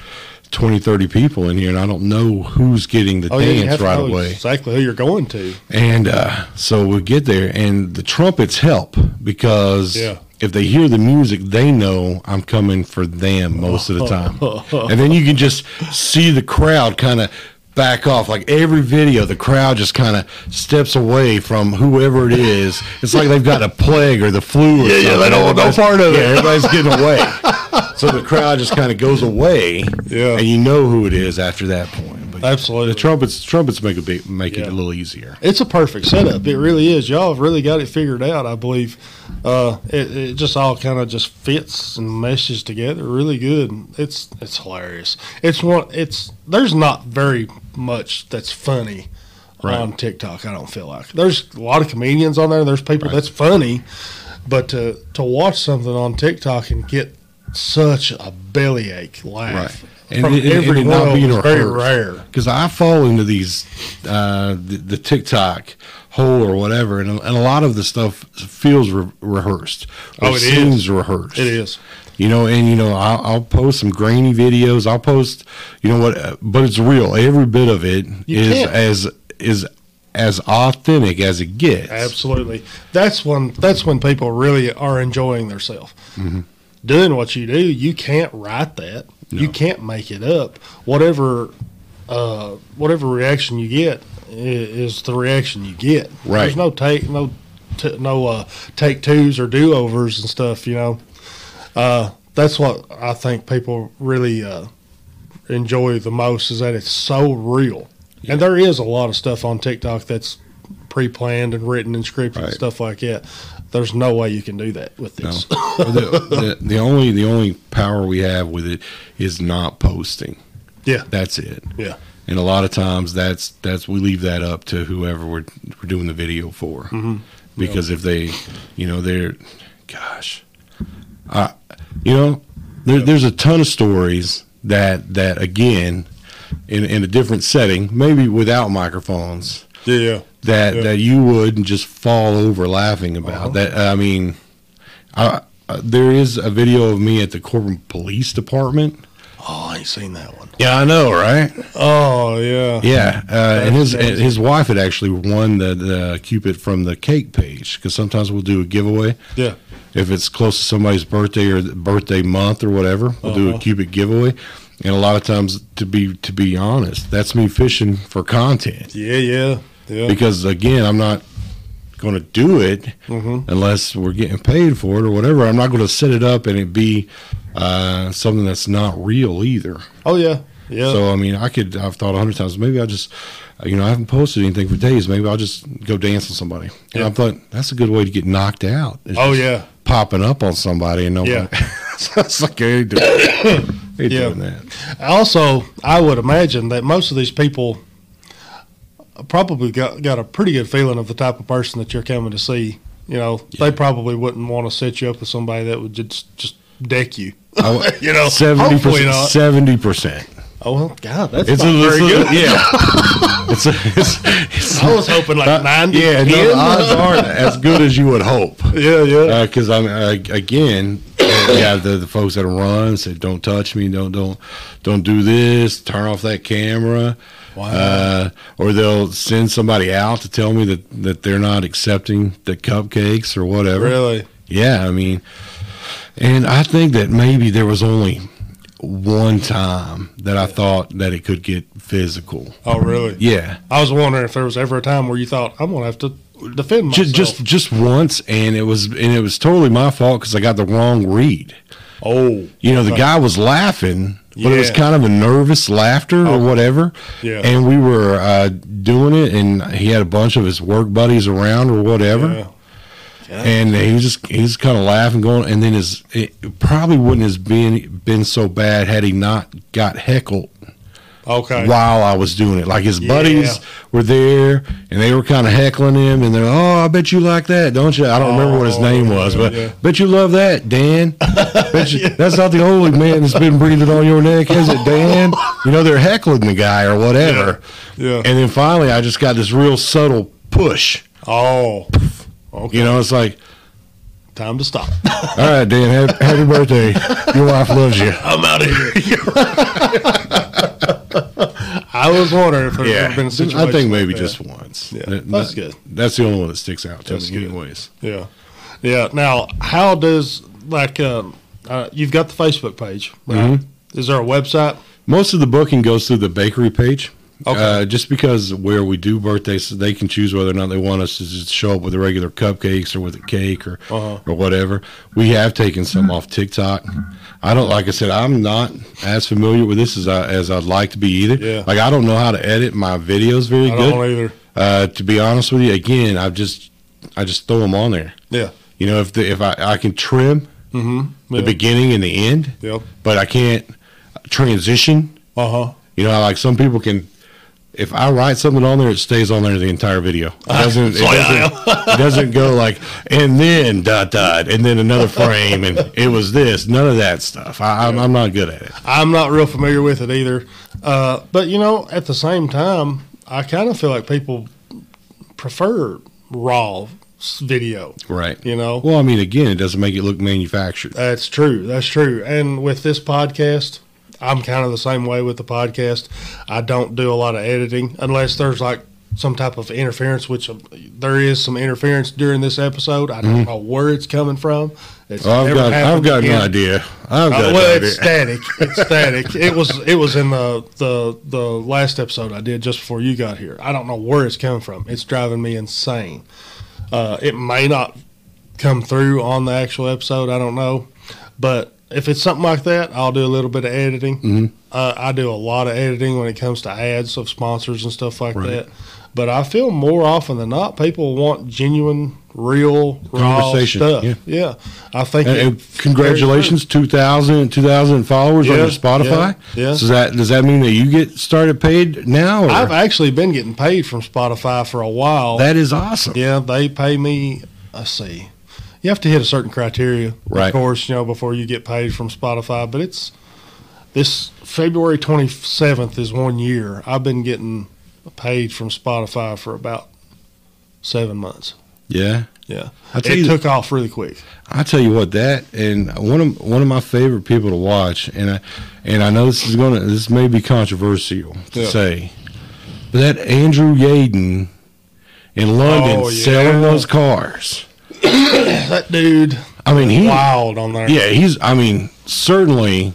20, 30 people in here and I don't know who's getting the Oh, yeah, you dance have to right know away. Exactly who you're going to. And uh, so we get there, and the trumpets help because Yeah. if they hear the music, they know I'm coming for them most of the time. and then you can just see the crowd kind of back off. Like every video, the crowd just kind of steps away from whoever it is. It's like they've got a plague or the flu or yeah, something. Yeah, they don't want no part of it. Everybody's getting away. so the crowd just kind of goes away, Yeah. and you know who it is after that point. But Absolutely. the trumpets trumpets make a big, make it Yeah. a little easier. It's a perfect setup. It really is. Y'all have really got it figured out, I believe. Uh, it, it just all kind of just fits and meshes together really good. It's it's hilarious. It's one. It's there's not very much that's funny Right. on TikTok. I don't feel like there's a lot of comedians on there. There's people that's funny, but to to watch something on TikTok and get such a bellyache laugh Right. And from it- and- and every it one not of them being is very rehearsed. rare. because I fall into these uh, the, the TikTok hole or whatever, and, and a lot of the stuff feels re- rehearsed. Or Oh, it is. seems rehearsed. It is. You know, and you know, I'll, I'll post some grainy videos. I'll post, you know what, uh, but it's real. Every bit of it is You can't. as is as authentic as it gets. Absolutely. That's when that's when people really are enjoying themselves. Doing what you do, you can't write that. You can't make it up. Whatever uh, whatever reaction you get i- is the reaction you get. Right. There's no take no t- no uh, take twos or do overs and stuff. You know. Uh, that's what I think people really uh, enjoy the most is that it's so real. And there is a lot of stuff on TikTok that's pre-planned and written and scripted and Right. stuff like that. There's no way you can do that with this. the, the, the only the only power we have with it is not posting. Yeah. That's it. Yeah. And a lot of times that's that's we leave that up to whoever we're we're doing the video for. Because if they, you know, they're gosh. I you know, there, there's a ton of stories that that again in in a different setting, maybe without microphones, Yeah. that Yeah. that you would just fall over laughing about. That I mean, I, uh, there is a video of me at the Corbin Police Department. Oh, I ain't seen that one. Yeah, I know, right? Oh, yeah. Yeah, uh, and his and amazing. his wife had actually won the the cupid from the cake page because sometimes we'll do a giveaway Yeah. if it's close to somebody's birthday or the birthday month or whatever. We'll do a cupid giveaway, and a lot of times to be to be honest, that's me fishing for content Yeah, yeah. Yeah. because again, I'm not going to do it unless we're getting paid for it or whatever. I'm not going to set it up and it be uh, something that's not real either. Oh, yeah. Yeah. So I mean, I could. I've thought a hundred times. Maybe I'll just, you know, I haven't posted anything for days. Maybe I'll just go dance with somebody. And I Yeah. thought that's a good way to get knocked out. It's oh, just yeah. popping up on somebody and no Yeah. one. so it's like I ain't doing, I ain't Yeah. doing that. Also, I would imagine that most of these people probably got, got a pretty good feeling of the type of person that you're coming to see. You know, they probably wouldn't want to set you up with somebody that would just just deck you. You know, seventy hopefully percent. not. Seventy percent. Oh well, God, that's It's a, not very it's a- good. yeah. it's a, it's, it's I was hoping like Uh, ninety. Yeah, no, the 10. odds aren't as good as you would hope. yeah, yeah. Because I'm uh, again, yeah, the, the folks that run said, "Don't touch me, don't don't don't do this, turn off that camera," uh, or they'll send somebody out to tell me that that they're not accepting the cupcakes or whatever. really? Yeah, I mean, and I think that maybe there was only one time that I thought that it could get physical. Oh, really? Yeah. I was wondering if there was ever a time where you thought I'm gonna have to defend Ju- myself. just just once and it was and it was totally my fault because i got the wrong read oh, you know the guy was laughing but it was Yeah. Uh-huh. kind of a nervous laughter or whatever Yeah. and we were uh, doing it and he had a bunch of his work buddies around or whatever Yeah. And he was just he was kind of laughing, going, and then his it probably wouldn't have been been so bad had he not got heckled okay. while I was doing it. Like his Yeah. buddies were there and they were kind of heckling him and they're, oh, I bet you like that, don't you? I don't remember what his Oh, name was, yeah, but yeah. bet you love that, Dan. Bet you, That's not the only man that's been breathing on your neck, is it, Dan? You know, they're heckling the guy or whatever. Yeah. Yeah. And then finally, I just got this real subtle push. Oh, okay. You know, it's like, Time to stop. All right, Dan. Have, happy birthday. Your wife loves you. I'm out of here. I was wondering if there's ever been a situation. I think maybe like that. just once. Yeah. That- That's that- good. That's the only one that sticks out to That's me, good. anyways. Yeah, yeah. Now, how does like um, uh, you've got the Facebook page? Right? Mm-hmm. Is there a website? Most of the booking goes through the bakery page. Okay. Uh, just because where we do birthdays, they can choose whether or not they want us to just show up with the regular cupcakes or with a cake or Uh-huh. or whatever. We have taken some off TikTok. I don't like I said I'm not as familiar with this as I, as I'd like to be either. Yeah. Like I don't know how to edit my videos very I good. don't either. Uh, to be honest with you, again, I've just I just throw them on there. Yeah. You know, if the, if I, I can trim Mm-hmm. the beginning and the end, Yep. but I can't transition. Uh huh. You know, like some people can. If I write something on there, it stays on there the entire video. It doesn't. It So I doesn't, it doesn't go like and then dot dot and then another frame and it was this. None of that stuff. I, I'm, I'm not good at it. I'm not real familiar with it either. Uh, but you know, at the same time, I kind of feel like people prefer raw s- video. Right. You know, Well, I mean, again, it doesn't make it look manufactured. That's true. That's true. And with this podcast, I'm kind of the same way with the podcast. I don't do a lot of editing unless there's like some type of interference, which um, there is some interference during this episode. I don't know where it's coming from. It's Mm-hmm. Well, I've never got. I've happened got an again. idea. I've got Uh, an well, idea. it's static. It's static. It was it was in the, the the last episode I did just before you got here. I don't know where it's coming from. It's driving me insane. Uh, it may not come through on the actual episode. I don't know, but if it's something like that, I'll do a little bit of editing. Mm-hmm. Uh, I do a lot of editing when it comes to ads of sponsors and stuff like Right. that. But I feel more often than not, people want genuine, real, raw Conversation, stuff. yeah. Yeah. I think. And, it- and congratulations, 2,000, 2,000 followers on Yeah, your Spotify. yeah, yeah. So does that does that mean that you get started paid now? or- I've actually been getting paid from Spotify for a while. that is awesome. yeah, they pay me. Let's see. You have to hit a certain criteria, Right. of course, you know, before you get paid from Spotify. But it's this February 27th is one year. I've been getting paid from Spotify for about seven months. Yeah. Yeah. I tell It you- took off really quick. I tell you what, that and one of one of my favorite people to watch, and I and I know this is gonna this may be controversial to Yeah. say, but that Andrew Yaden in London Oh, yeah. selling those cars. That dude, I mean, he wild on there. Mm. yeah, he's I mean certainly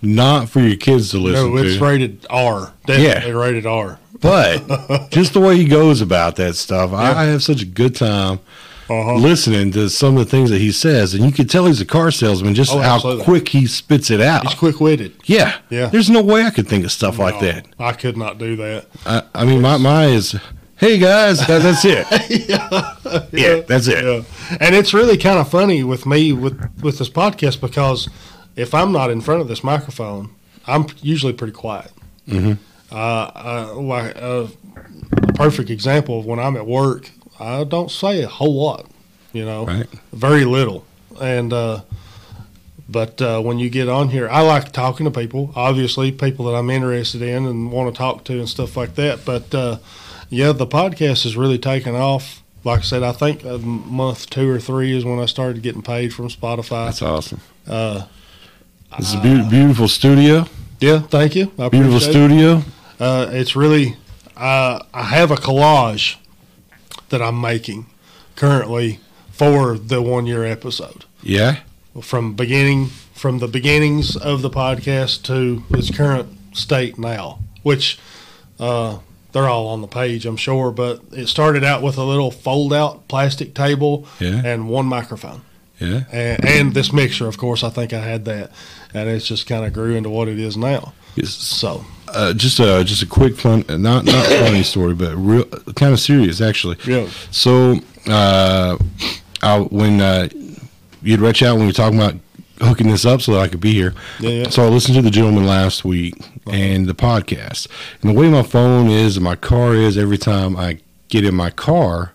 not for your kids to listen No, to. it's rated R. Definitely rated R. But just the way he goes about that stuff, I I have such a good time Uh-huh. listening to some of the things that he says, and you can tell he's a car salesman just Oh, how absolutely. quick he spits it out. He's quick witted. yeah, Yeah. There's no way I could think of stuff like that. I could not do that. I, I mean, my my is, hey guys, that, that's it. yeah. that's it. Yeah. And it's really kind of funny with me with with this podcast because if I'm not in front of this microphone, I'm usually pretty quiet. Uh, uh, like uh, a perfect example of when I'm at work, I don't say a whole lot, you know, Right. very little. And uh, but uh, when you get on here, I like talking to people. Obviously, people that I'm interested in and want to talk to and stuff like that. But uh, yeah, the podcast has really taken off. Like I said, I think a month two or three is when I started getting paid from Spotify. That's awesome. Uh, This is a beau- beautiful studio. yeah, thank you. I Beautiful appreciate it. studio. Uh, it's really, uh, I have a collage that I'm making currently for the one year episode Yeah. from beginning from the beginnings of the podcast to its current state now, which uh, they're all on the page, I'm sure. But it started out with a little fold out plastic table Yeah. and one microphone Yeah. and, and this mixer. Of course, I think I had that, and it's just kind of grew into what it is now. It's- So uh, just a just a quick fun, not not funny story, but real kind of serious actually. Yeah. So uh, I, when uh, you'd reach out when we were talking about hooking this up so that I could be here. Yeah, yeah. Uh-huh. So I listened to the gentleman last week and the podcast, and the way my phone is and my car is every time I get in my car,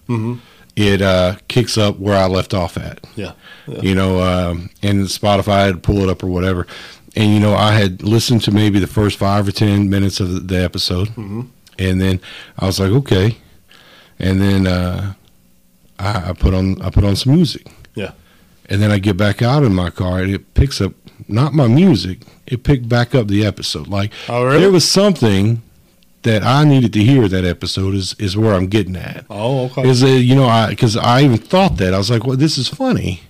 it uh, kicks up where I left off at Mm-hmm. yeah, yeah. you know, um, and Spotify had to pull it up or whatever. And you know, I had listened to maybe the first five or ten minutes of the, the episode, Mm-hmm. and then I was like, okay. And then uh, I, I put on I put on some music. Yeah. And then I get back out in my car and it picks up not my music, it picked back up the episode. Like Oh, really? there was something that I needed to hear that episode is is where I'm getting at. Oh, okay. Is that you know I because I even thought that I was like, well, this is funny.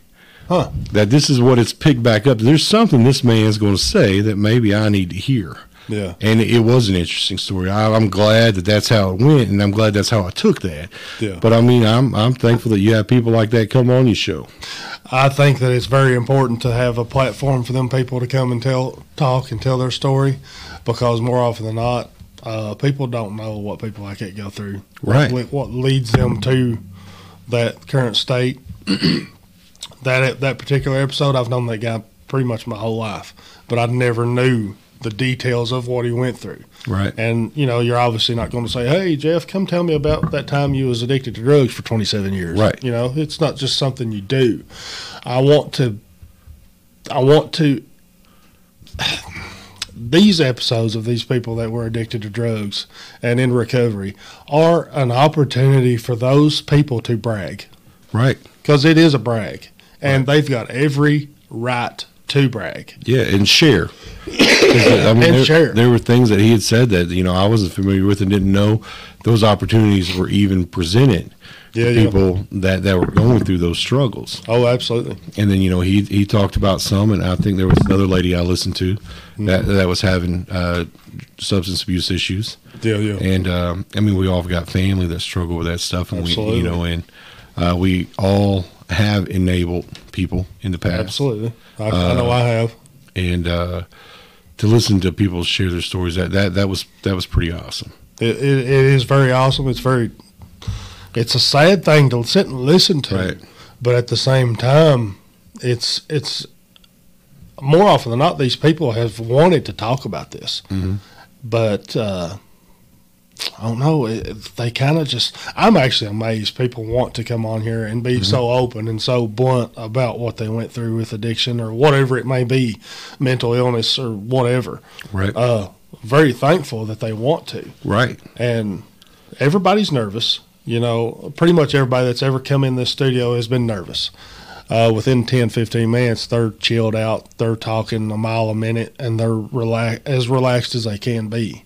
Huh. That this is what it's picked back up. There's something this man's going to say that maybe I need to hear. yeah. And it was an interesting story. I, I'm glad that that's how it went, and I'm glad that's how I took that. Yeah. But I mean, I'm I'm thankful that you have people like that come on your show. I think that it's very important to have a platform for them people to come and tell, talk and tell their story, because more often than not, uh, people don't know what people like that go through, Right. What, what leads them to that current state. that that particular episode, I've known that guy pretty much my whole life, but I never knew the details of what he went through. Right. And you know, you're obviously not going to say, "Hey, Jeff, come tell me about that time you was addicted to drugs for 27 years." Right. You know, it's not just something you do. I want to. I want to. These episodes of these people that were addicted to drugs and in recovery are an opportunity for those people to brag Right. because it is a brag, and they've got every right to brag. Yeah, and share. 'Cause, I And mean, there, share. There were things that he had said that you know I wasn't familiar with and didn't know those opportunities were even presented. Yeah, to yeah. people that that were going through those struggles. Oh, absolutely. and then you know he he talked about some, and I think there was another lady I listened to Mm-hmm. that that was having uh, substance abuse issues, Yeah, yeah. and um, I mean we all have got family that struggle with that stuff, and we Absolutely. you know and uh, we all have enabled people in the past, Absolutely. I, Uh, I know I have. and uh, to listen to people share their stories that that that was that was pretty awesome. It, it, it is very awesome. It's very, it's a sad thing to sit and listen to, Right. but at the same time, it's it's more often than not these people have wanted to talk about this, Mhm. but uh, I don't know. It, it- they kind of just. I'm actually amazed people want to come on here and be so open and so blunt about what they went through with addiction or whatever it may be, mental illness or whatever. Right, Uh, very thankful that they want to right, and everybody's nervous. You know, pretty much everybody that's ever come in this studio has been nervous. Uh, within 10, 15 minutes, they're chilled out, they're talking a mile a minute, and they're relax as relaxed as they can be.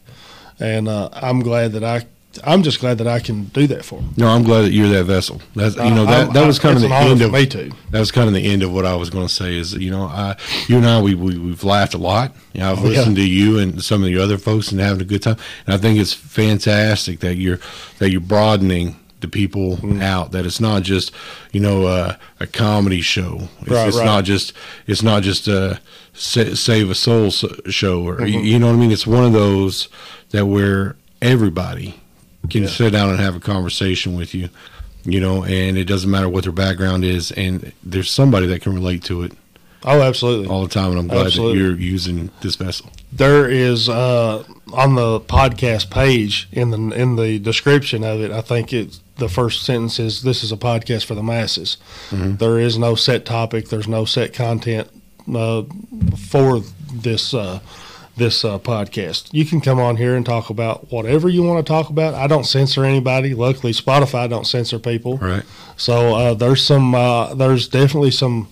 And uh, I'm glad that I, I'm just glad that I can do that for them. no, I'm glad that you're that vessel. That's you Uh, know that, that was kind of the end of me too. that was kind of the end of what I was going to say. Is you know, I, you and I, we, we we've laughed a lot. You know, I've Oh, yeah. listened to you and some of the other folks and having a good time. And I think it's fantastic that you're that you're broadening the people Mm-hmm. out. That it's not just you know uh, a comedy show. It's, Right, it's right. not just it's not just a sa- save a soul s- show or Mm-hmm. you, you know what I mean. It's one of those that where everybody can Yeah. sit down and have a conversation with you you know, and it doesn't matter what their background is, and there's somebody that can relate to it Oh, absolutely. all the time. And I'm glad Absolutely. that you're using this vessel. there is uh, on the podcast page in the in the description of it. I think it's the first sentence is this is a podcast for the masses. There is no set topic. There's no set content uh, for this. Uh, this uh, podcast. You can come on here and talk about whatever you want to talk about. I don't censor anybody. Luckily, Spotify don't censor people. Right. So uh, there's some uh, there's definitely some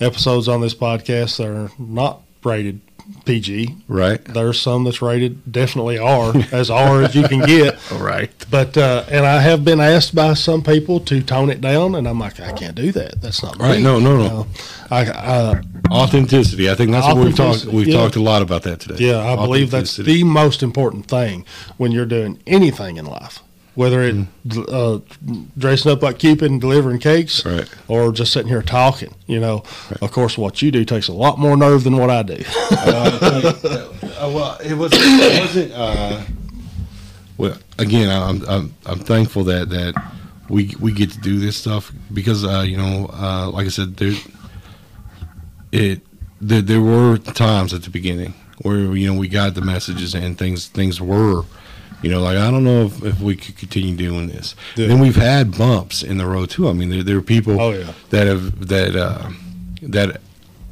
episodes on this podcast that are not rated PG. Right. There's some that's rated definitely R, as R as you can get. All right. But uh, and I have been asked by some people to tone it down, and I'm like, I can't do that. That's not Right. Me. No, no, no. You know, I, I Authenticity. I think that's what we've talked. Authenticity, We've yeah. talked a lot about that today. yeah, I believe that's Authenticity. the most important thing when you're doing anything in life, whether it Mm-hmm. uh, dressing up like Cupid and delivering cakes, Right. or just sitting here talking. You know, of course, what you do takes a lot more nerve than what I do. Uh, well, it was. It wasn't. Uh, well, again, I'm I'm I'm thankful that that we we get to do this stuff because uh, you know, uh, like I said, there it there, there were times at the beginning where you know we got the messages and things things were. You know, like I don't know if, if we could continue doing this. Yeah. Then we've had bumps in the road too. I mean, there, there are people Oh, yeah. that have that uh, that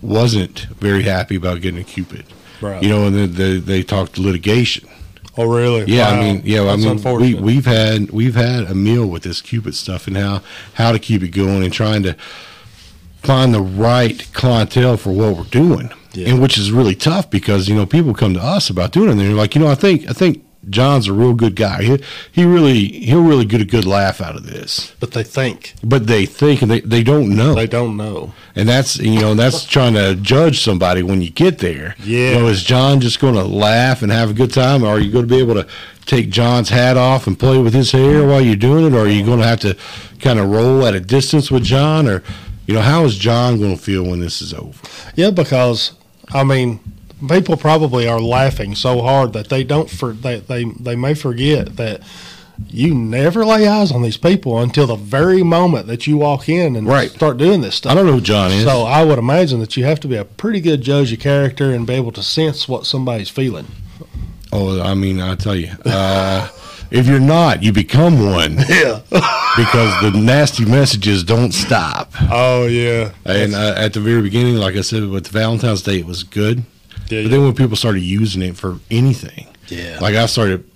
wasn't very happy about getting a cupid. Right. You know, and then they, they talked litigation. oh, really? Yeah, Wow. I mean, yeah, That's I mean, we unfortunate. we've had we've had a meal with this Cupid stuff and how how to keep it going and trying to find the right clientele for what we're doing, Yeah. and which is really tough because you know people come to us about doing it. and They're like, you know, I think I think John's a real good guy. He, he really he'll really get a good laugh out of this, But they think but they think and they, they don't know. they don't know. And that's you know that's trying to judge somebody when you get there. Yeah. You know, is John just going to laugh and have a good time, or are you going to be able to take John's hat off and play with his hair while you're doing it, or are you going to have to kind of roll at a distance with John, or you know how is John going to feel when this is over? Yeah, because I mean, people probably are laughing so hard that they don't for they they, they may forget that you never lay eyes on these people until the very moment that you walk in and Right. start doing this I stuff. don't know who John is. So I would imagine that you have to be a pretty good judge of character and be able to sense what somebody's feeling. oh, I mean, I tell you, uh, if you're not, you become one Yeah. because the nasty messages don't stop. Oh yeah. And uh, at the very beginning, like I said, with Valentine's Day, it was good. Yeah. But then when people started using it for anything, Yeah. like I started,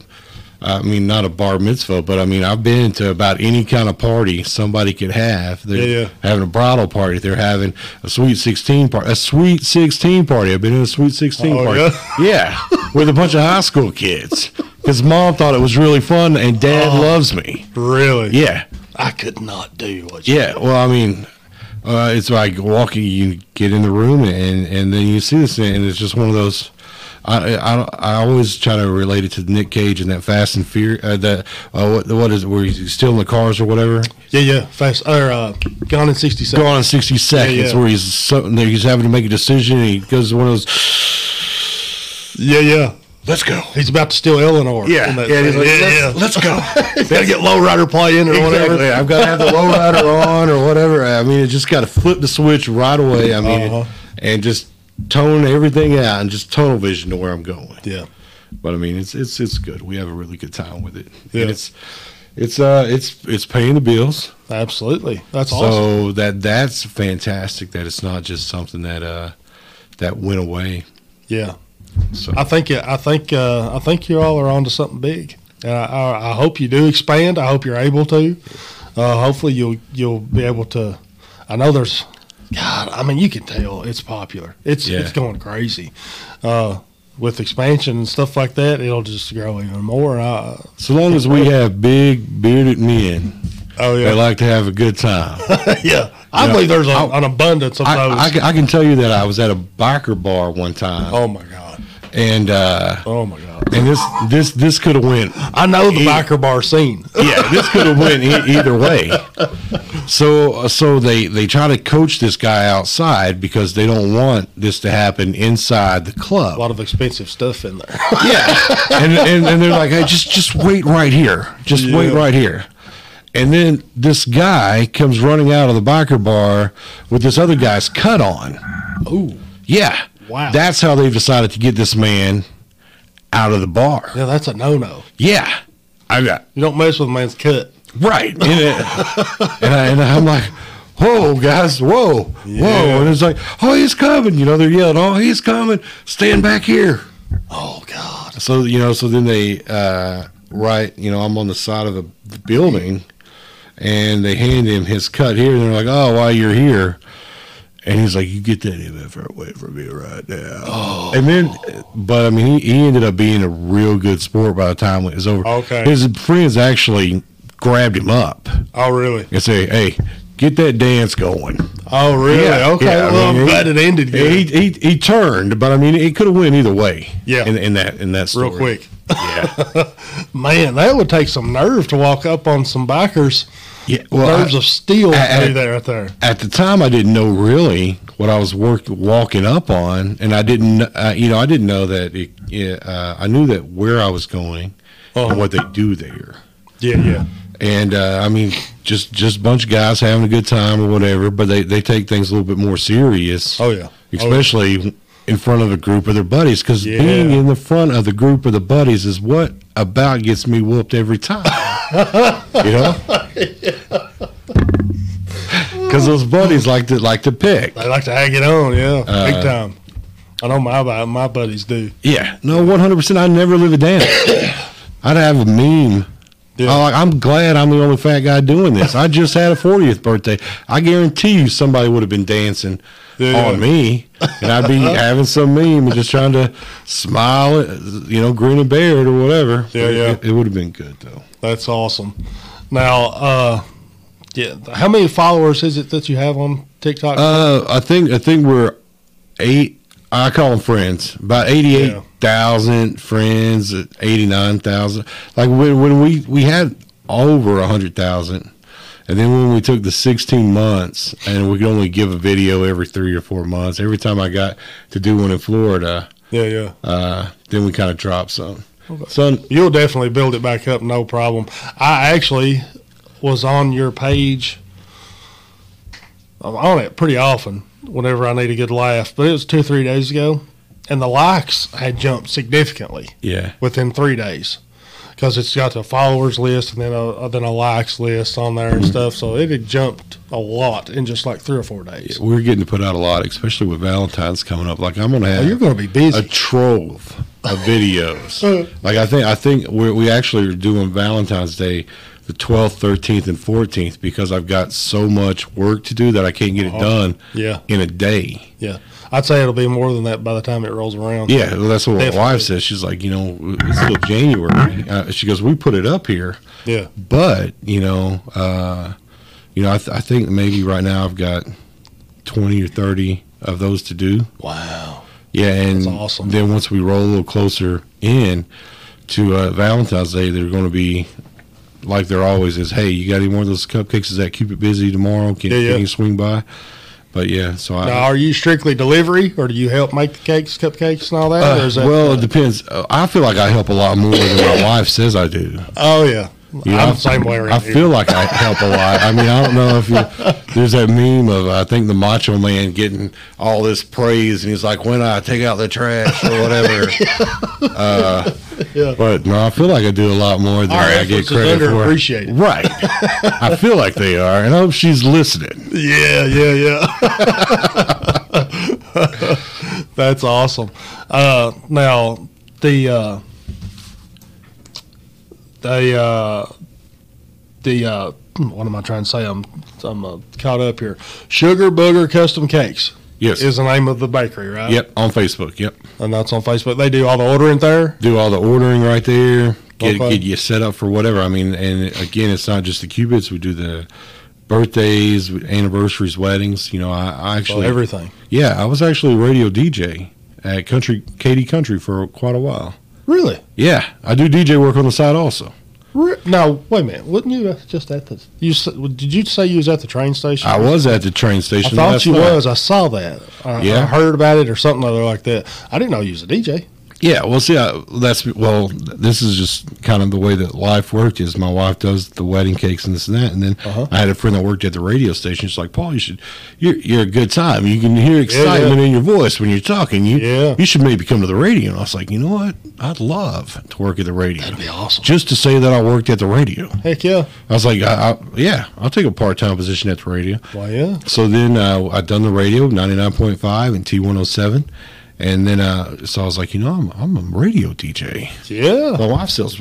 I mean, not a bar mitzvah, but I mean, I've been to about any kind of party somebody could have. They're Yeah, yeah. having a bridal party. They're having a sweet sixteen party. A sweet sixteen party. I've been in a sweet sixteen Oh, party. Yeah, with a bunch of high school kids. Because mom thought it was really fun, and dad Oh. loves me. really? Yeah. I could not do what you Yeah, well, I mean, uh, it's like walking. You get in the room, and and then you see this, thing, and it's just one of those. I, I, don't- I always try to relate it to Nick Cage and that Fast and Fear uh, that uh, what what is it, where he's stealing the cars or whatever. Yeah, yeah. Fast or uh, gone in sixty seconds. Gone in sixty seconds Yeah, yeah. where he's so, he's having to make a decision and he goes to one of those Yeah, yeah. let's go He's about to steal Eleanor. yeah in that yeah, he's thing. like, yeah, yeah. let's, let's go Gotta get lowrider play in or Exactly. whatever. I've got to have the lowrider on or whatever. I mean, it just got to flip the switch right away. I mean, Uh-huh. and just tone everything out and just tunnel vision to where I'm going. Yeah. But I mean, it's it's it's good. We have a really good time with it. Yeah. And it's it's uh it's it's paying the bills. Absolutely. That's so awesome. that that's fantastic. That it's not just something that uh that went away. Yeah. So I think I think uh, I think you all are onto something big, and I, I, I hope you do expand. I hope you're able to. Uh, hopefully, you'll you'll be able to. I know there's. God, I mean, you can tell it's popular. It's Yeah. it's going crazy. Uh, with expansion and stuff like that, it'll just grow even more. I, so long as we have big bearded men oh that yeah, like to have a good time. yeah. I Yeah. believe there's a, I- an abundance of those. I, I, can- I can tell you that I was at a biker bar one time, oh my god. and uh, Oh my god. and this this this could have went I know the Eat. biker bar scene. yeah this could have went e- either way. So so they they try to coach this guy outside because they don't want this to happen inside the club. A lot of expensive stuff in there. Yeah. and, and and they're like, hey, just just wait right here. Just wait Yeah. right here. And then this guy comes running out of the biker bar with this other guy's cut on. Ooh. Yeah. Wow. That's how they've decided to get this man out of the bar. Yeah, that's a no no. Yeah. I got You don't mess with a man's cut. right. And, it- and I and I'm like, whoa, guys, whoa, whoa. And it's like, oh, he's coming. You know, they're yelling, oh, he's coming. Stand back here. Oh God. So you know, so then they uh, right, you know, I'm on the side of the building, and they hand him his cut here, and they're like, "Oh, while you're here," and he's like, "You get that MFR away from me right now." And then, but I mean, he, he ended up being a real good sport by the time it was over. Okay. his friends actually grabbed him up Oh really? and say, "Hey." Get that dance going. Oh really? Yeah, okay. yeah, well, I mean, I'm he- glad it ended good. He, he he turned, but I mean, it could have went either way. Yeah. in, in that in that story. Real quick. Yeah. Man, that would take some nerve to walk up on some bikers. Yeah, well, Nerves I- of steel I- I- to do that right there. at the time I didn't know really what I was work, walking up on, and I didn't, uh, you know, I didn't know that. It, yeah, uh, I knew that where I was going Uh-huh. and what they do there, Yeah, yeah. and uh, I mean, just just a bunch of guys having a good time or whatever, but they they take things a little bit more serious. Oh, yeah. especially. In front of a group of their buddies, because Yeah. being in the front of the group of the buddies is what about gets me whooped every time. you know, because those buddies like to like to pick. They like to hang it on, yeah. Uh, Big time. I know my bu- my buddies do. Yeah, no, one hundred percent. I never live it down. I'd have a meme Yeah. I like, I'm glad I'm the only fat guy doing this. I just had a 40th birthday. I guarantee you somebody would have been dancing Yeah. on me, and I'd be having some meme and just trying to smile, you know, grin and bear it or whatever. Yeah, yeah. It, it would have been good though. That's awesome. Now, uh, yeah, how many followers is it that you have on TikTok? Uh, I think I think we're eight. I call them friends. About Yeah. eighty-eight thousand friends, eighty-nine thousand. Like when when we we had over a hundred thousand, and then when we took the sixteen months, and we could only give a video every three or four months. Every time I got to do one in Florida, yeah, yeah. uh, then we kind of dropped some. So You'll definitely build it back up, no problem. I actually was on your page. I'm on it pretty often whenever I need a good laugh, but it was two, three days ago, and the likes had jumped significantly yeah, within three days because it's got the followers list and then a then a likes list on there and stuff. So it had jumped a lot in just like three or four days. we're getting to put out a lot, especially with Valentine's coming up. Like I'm gonna have Oh, you're going to be a busy. trove of videos. Uh. like I think I think we we actually are doing Valentine's Day, the twelfth, thirteenth, and fourteenth because I've got so much work to do that I can't get it done Oh. yeah, in a day. yeah. I'd say it'll be more than that by the time it rolls around. Yeah, well, that's what Definitely. my wife says. She's like, you know, it's still January. Uh, she goes, we put it up here, yeah. but you know, uh, you know, I, th- I think maybe right now I've got twenty or thirty of those to do. Wow. Yeah, and That's awesome. then once we roll a little closer in to uh, Valentine's Day, they're going to be like there always is. Hey, you got any more of those cupcakes? Is that Cupid busy tomorrow? Can, Yeah, yeah. can you swing by? But yeah, so I. Now, are you strictly delivery, or do you help make the cakes, cupcakes, and all that? or Uh, is that well, it depends. Uh, I feel like I help a lot more than my wife says I do. oh yeah, You know, I'm I- the same way around I here. feel like I help a lot. I mean, I don't know if you, there's that meme of I think the Macho Man getting all this praise, and he's like, "When I take out the trash or whatever." uh, Yeah. But no, I feel like I do a lot more than Our I get efforts is credit for. underappreciated. Right. I feel like they are, and I hope she's listening. Yeah, yeah, yeah. That's awesome. Uh, now the uh, the uh, the uh, what am I trying to say? I'm I'm uh, caught up here. Sugar Booger Custom Cakes Yes. is the name of the bakery, right? yep. On Facebook. Yep. and that's on Facebook. They do all the ordering there. do all the ordering right there. Get, Okay. get you set up for whatever. I mean, and again, it's not just the cubits. We do the birthdays, anniversaries, weddings. You know, I, I Well, actually, everything. yeah, I was actually a radio DJ at country Katy Country for quite a while. Really? Yeah, I do DJ work on the side also. Re- Now, wait a minute. Wasn't you just at the? You s- did you say you was at the train station? I was at the train I station. thought last you night. was. I saw that. I, I Yeah. heard about it or something other like that. I didn't know you was a DJ. Yeah, well, see, I, that's well. This is just kind of the way that life worked. Is my wife does the wedding cakes and this and that, and then Uh-huh. I had a friend that worked at the radio station. She's like, "Paul, you should. You're, you're a good time. You can hear excitement in your voice when you're talking. You, Yeah. you should maybe come to the radio." And I was like, "You know what? I'd love to work at the radio. That'd be awesome. Just to say that I worked at the radio. Heck yeah. I was like, I, I, yeah, I'll take a part time position at the radio." Why yeah. So then uh, I done the radio 99.5 and T107. And then uh, so I was like, you know, I'm, I'm a radio DJ. Yeah. My wife sells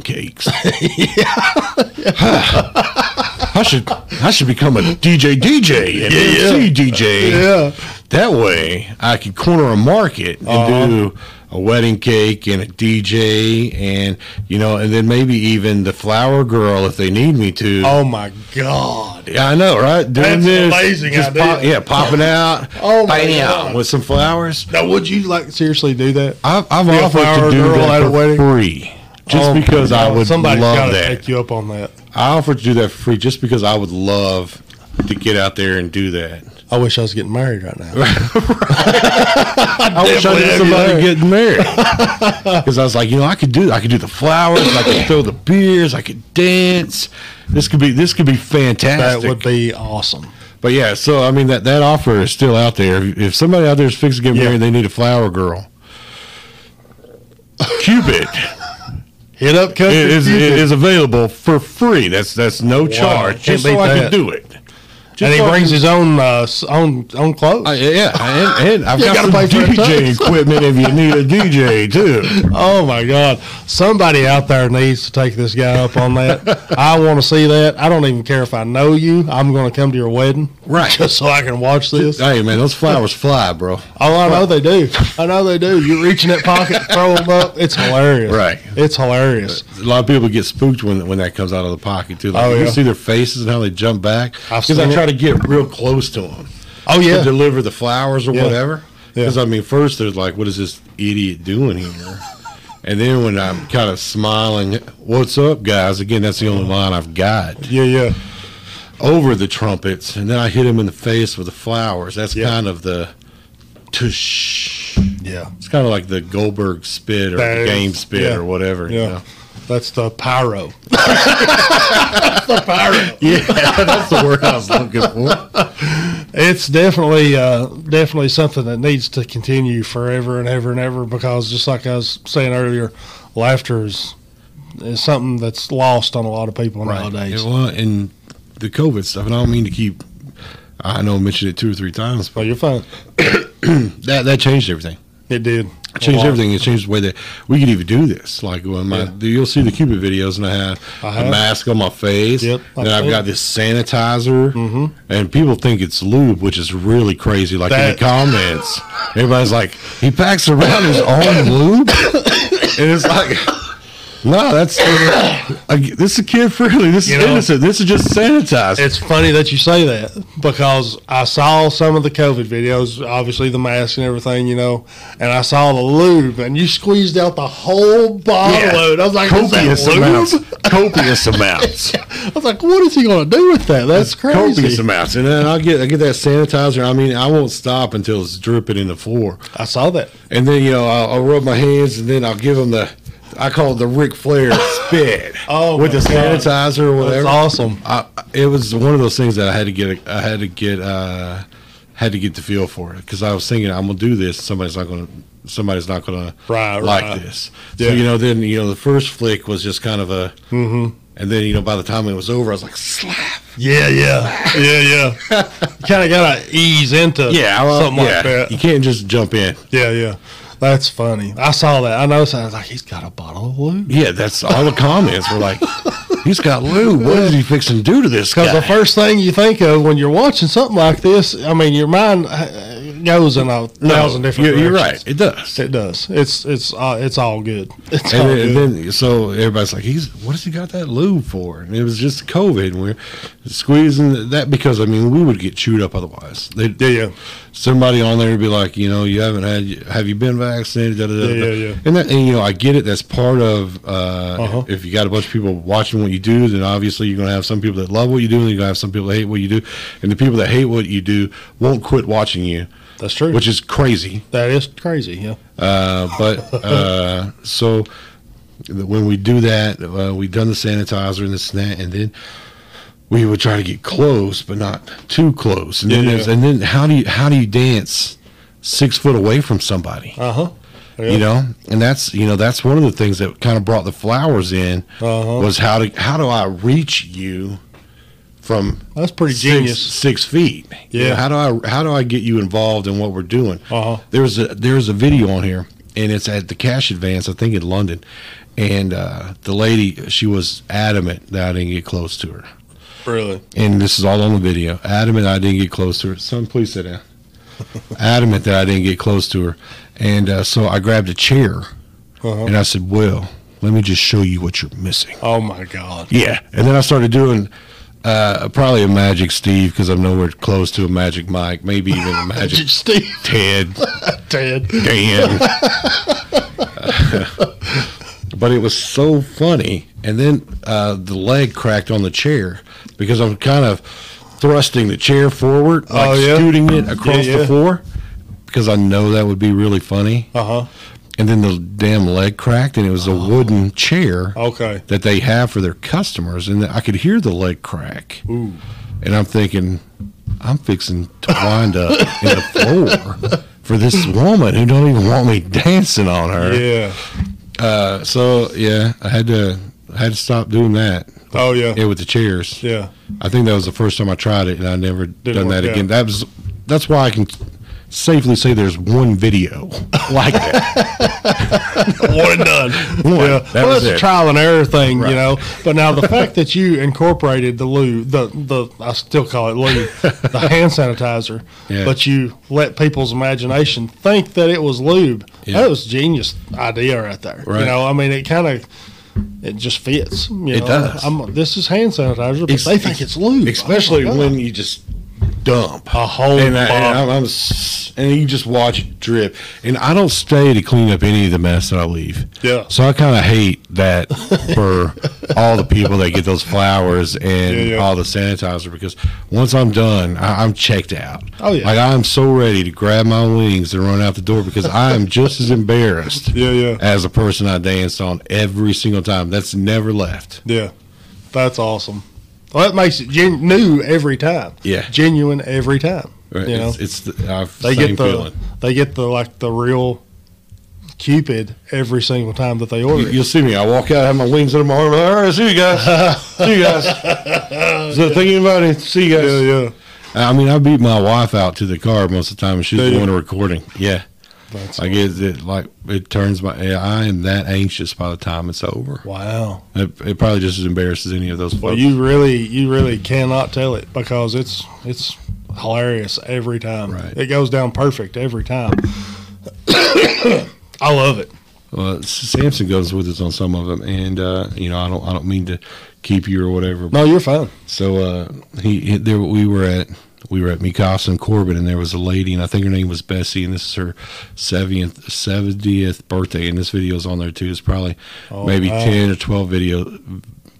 cakes. I should I should become a DJ DJ and MC DJ. Yeah. That way I could corner a market and Uh-huh. do a wedding cake and a DJ and you know and then maybe even the flower girl if they need me to. Oh my God. Yeah, I know, right? Doing That's this, amazing just idea. pop- yeah, popping out. Oh, my bam, God. With some flowers. Now, would you like seriously do that? I've, I've Be a offered flower to do girl at that a for wedding? free, just Oh, because I would Somebody's love gotta that. take you up on that. I offered to do that for free, just because I would love to get out there and do that. I wish I was getting married right now. I wish Definitely I have knew you somebody there. getting married because I was like, you know, I could do, I could do the flowers, I could throw the beers, I could dance. This could be, this could be fantastic. That would be awesome. But yeah, so I mean that that offer is still out there. If, if somebody out there is fixing to get Yeah. married, they need a flower girl. Cupid Hit up country. is, Cupid. is available for free. That's that's no charge. can't Just so beat I that. can do it. and he walk brings in- his own uh, s- own own clothes. I, Uh, yeah, and, and I've You got gotta pay some for it, DJ too. equipment if you need a DJ too. Oh my God! Somebody out there needs to take this guy up on that. I want to see that. I don't even care if I know you. I'm going to come to your wedding, Right. Just so I can watch this. Hey man, those flowers fly, bro. Oh, I know they do. I know they do. You reach in that pocket, throw them up. It's hilarious. Right. It's hilarious. A lot of people get spooked when when that comes out of the pocket too. Like Oh, you yeah. see their faces and how they jump back I've because I seen try it. to get real close to them Oh to yeah. deliver the flowers or Yeah. whatever. Yeah. Because I mean, first they're like, "What is this idiot doing here?" and then when I'm kind of smiling, "What's up, guys?" Again, that's the Uh-huh. only line I've got. Yeah, yeah. over the trumpets, and then I hit him in the face with the flowers. That's Yeah. kind of the tush. Yeah. It's kind of like the Goldberg spit or That the is- game spit yeah. or whatever. you Yeah. know? That's the pyro. yeah, that's the word I was looking for. It's definitely uh, definitely something that needs to continue forever and ever and ever because just like I was saying earlier, laughter is is something that's lost on a lot of people nowadays. Yeah, well, and the COVID stuff, and I don't mean to keep. I know I mentioned it two or three times, But but Oh, you're fine. that that changed everything. It did. It changed A lot. everything. It changed the way that we could even do this. Like when my, you'll see the Cupid videos, and I have, I have. a mask on my face. Uh-huh. Yep, Oh. Mm-hmm. and I've I've seen got this sanitizer, and people think it's lube, which is really crazy. Like in That- the comments, everybody's like, "He packs around his own lube," and it's like. No, that's I- this is kid friendly. This You is know, innocent. This is just sanitized. It's funny that you say that because I saw some of the COVID videos, obviously the mask and everything, you know, and I saw the lube, and you squeezed out the whole bottle of it. I was like, is copious that amounts. lube? Copious amounts. I was like, what is he going to do with that? That's crazy. copious amounts, and then I get I get that sanitizer. I mean, I won't stop until it's dripping in the floor, I saw that. and then you know I'll, I'll rub my hands, and then I'll give them the I call it the Ric Flair spit. Oh, with the my God. sanitizer or whatever. That's awesome. I, it was one of those things that I had to get. I had to get. uh had to get the feel for it because I was thinking I'm gonna do this. Somebody's not gonna. Somebody's not gonna Right, like right. this. Yeah. So you know, then you know, the first flick was just kind of a. Mm-hmm. And then you know, by the time it was over, I was like slap. Yeah, yeah, yeah, yeah. you kind of got to ease into Yeah, well, something yeah. like that. You can't just jump in. Yeah, yeah. That's funny. I saw that. I noticed. I was like, he's got a bottle of lube. Yeah, that's all the comments were like, he's got lube. What is he fixing to do to this guy? Because the first thing you think of when you're watching something like this, I mean, your mind uh, goes in a No, thousand different. you're, you're right. directions. It does. It does. It's it's uh, it's all good. It's and, all then, and good. then- so everybody's like, he's what has he got that lube for? And it was just COVID. And we're squeezing that because I mean we would get chewed up otherwise. They'd, yeah, yeah. somebody on there would be like, you know, you haven't had, have you been vaccinated? Da, da, da, Yeah, da. yeah, yeah. And, that, and you know, I get it. That's part of uh, Uh-huh. if you got a bunch of people watching what you do, then obviously you're going to have some people that love what you do, and you're going to have some people that hate what you do, and the people that hate what you do won't quit watching you, That's true. which is crazy. that is crazy. Yeah. Uh, but uh, so th- when we do that, uh, we done the sanitizer and this and that, and then we would try to get close, but not too close. And then, Yeah, there's yeah. and then how do you how do you dance six foot away from somebody? Uh huh. You know, and that's you know that's one of the things that kind of brought the flowers in Uh-huh. was how to how do I reach you from That's pretty six, genius. six feet. You Yeah. know, how do I how do I get you involved in what we're doing? Uh-huh. There's a there's a video on here, and it's at the Cash Advance, I think, in London, and uh, the lady she was adamant that I didn't get close to her, Really. and this is all on the video. Adamant I didn't get close to her. Son, please sit down. adamant that I didn't get close to her, and uh, so I grabbed a chair, Uh-huh. and I said, "Well, let me just show you what you're missing." Oh my God. Yeah, and then I started doing uh, probably a Magic Steve because I'm nowhere close to a Magic Mike, maybe even a Magic Steve Ted, Ted. Dan. but it was so funny. And then uh, the leg cracked on the chair because I'm kind of thrusting the chair forward, like Oh, yeah? scooting it across yeah. the floor because I know that would be really funny. Uh huh. And then the damn leg cracked, and it was a Oh. wooden chair Okay. that they have for their customers, and I could hear the leg crack. Ooh. And I'm thinking, I'm fixing to wind up in the floor for this woman who don't even want me dancing on her. Yeah. Uh, so yeah, I had to. I had to stop doing that. Oh yeah, Yeah, with the chairs. yeah. I think that was the first time I tried it, and I never done work that out. again. That was that's why I can safely say there's one video like that. One and done. Yeah. That well, was it's a it. trial and error thing, Right. you know. But now the fact that you incorporated the loo, the the I still call it loo, the hand sanitizer, Yeah. but you let people's imagination think that it was lube. Yeah. That was genius idea right there. Right. You know, I mean, it kind of. It just fits. You It know? does. I'm, this is hand sanitizer, but Ex- they think it's lube. Especially Oh, my God. when you just dump a whole and, I, and bottle. I'm, I'm s- and you just watch it drip. And I don't stay to clean up any of the mess that I leave. Yeah. So I kind of hate that for all the people that get those flowers and Yeah, yeah. all the sanitizer because once I'm done, I, I'm checked out. Oh, yeah. Like I'm so ready to grab my wings and run out the door because I am just as embarrassed. Yeah, yeah. As a person I danced on every single time. That's never left. Yeah, that's awesome. Well, that makes it gen- new every time. Yeah. genuine every time. Right? You know, it's, it's the I've they same get the feeling. they get the like the real Cupid every single time that they order. You, it. you'll see me. I walk out, I have my wings under my arm. All right, see you guys. see you guys. So thinking about it, see you guys. Yeah, yeah, I mean, I beat my wife out to the car most of the time. and She's Do the you? one recording. Yeah, That's I get it. Like it turns my. yeah, I am that anxious by the time it's over. wow. It, it probably just as embarrasses any of those. Well, folks. you really you really cannot tell it because it's it's hilarious every time. Right. It goes down perfect every time. I love it. Well, S- Samson goes with us on some of them, and uh, you know, I don't. I don't mean to keep you or whatever. No, you're fine. So uh, he, he there we were at we were at Mikasa and Corbin, and there was a lady, and I think her name was Bessie, and this is her seventieth seventieth birthday, and this video is on there too. It's probably Oh, maybe wow. ten or twelve video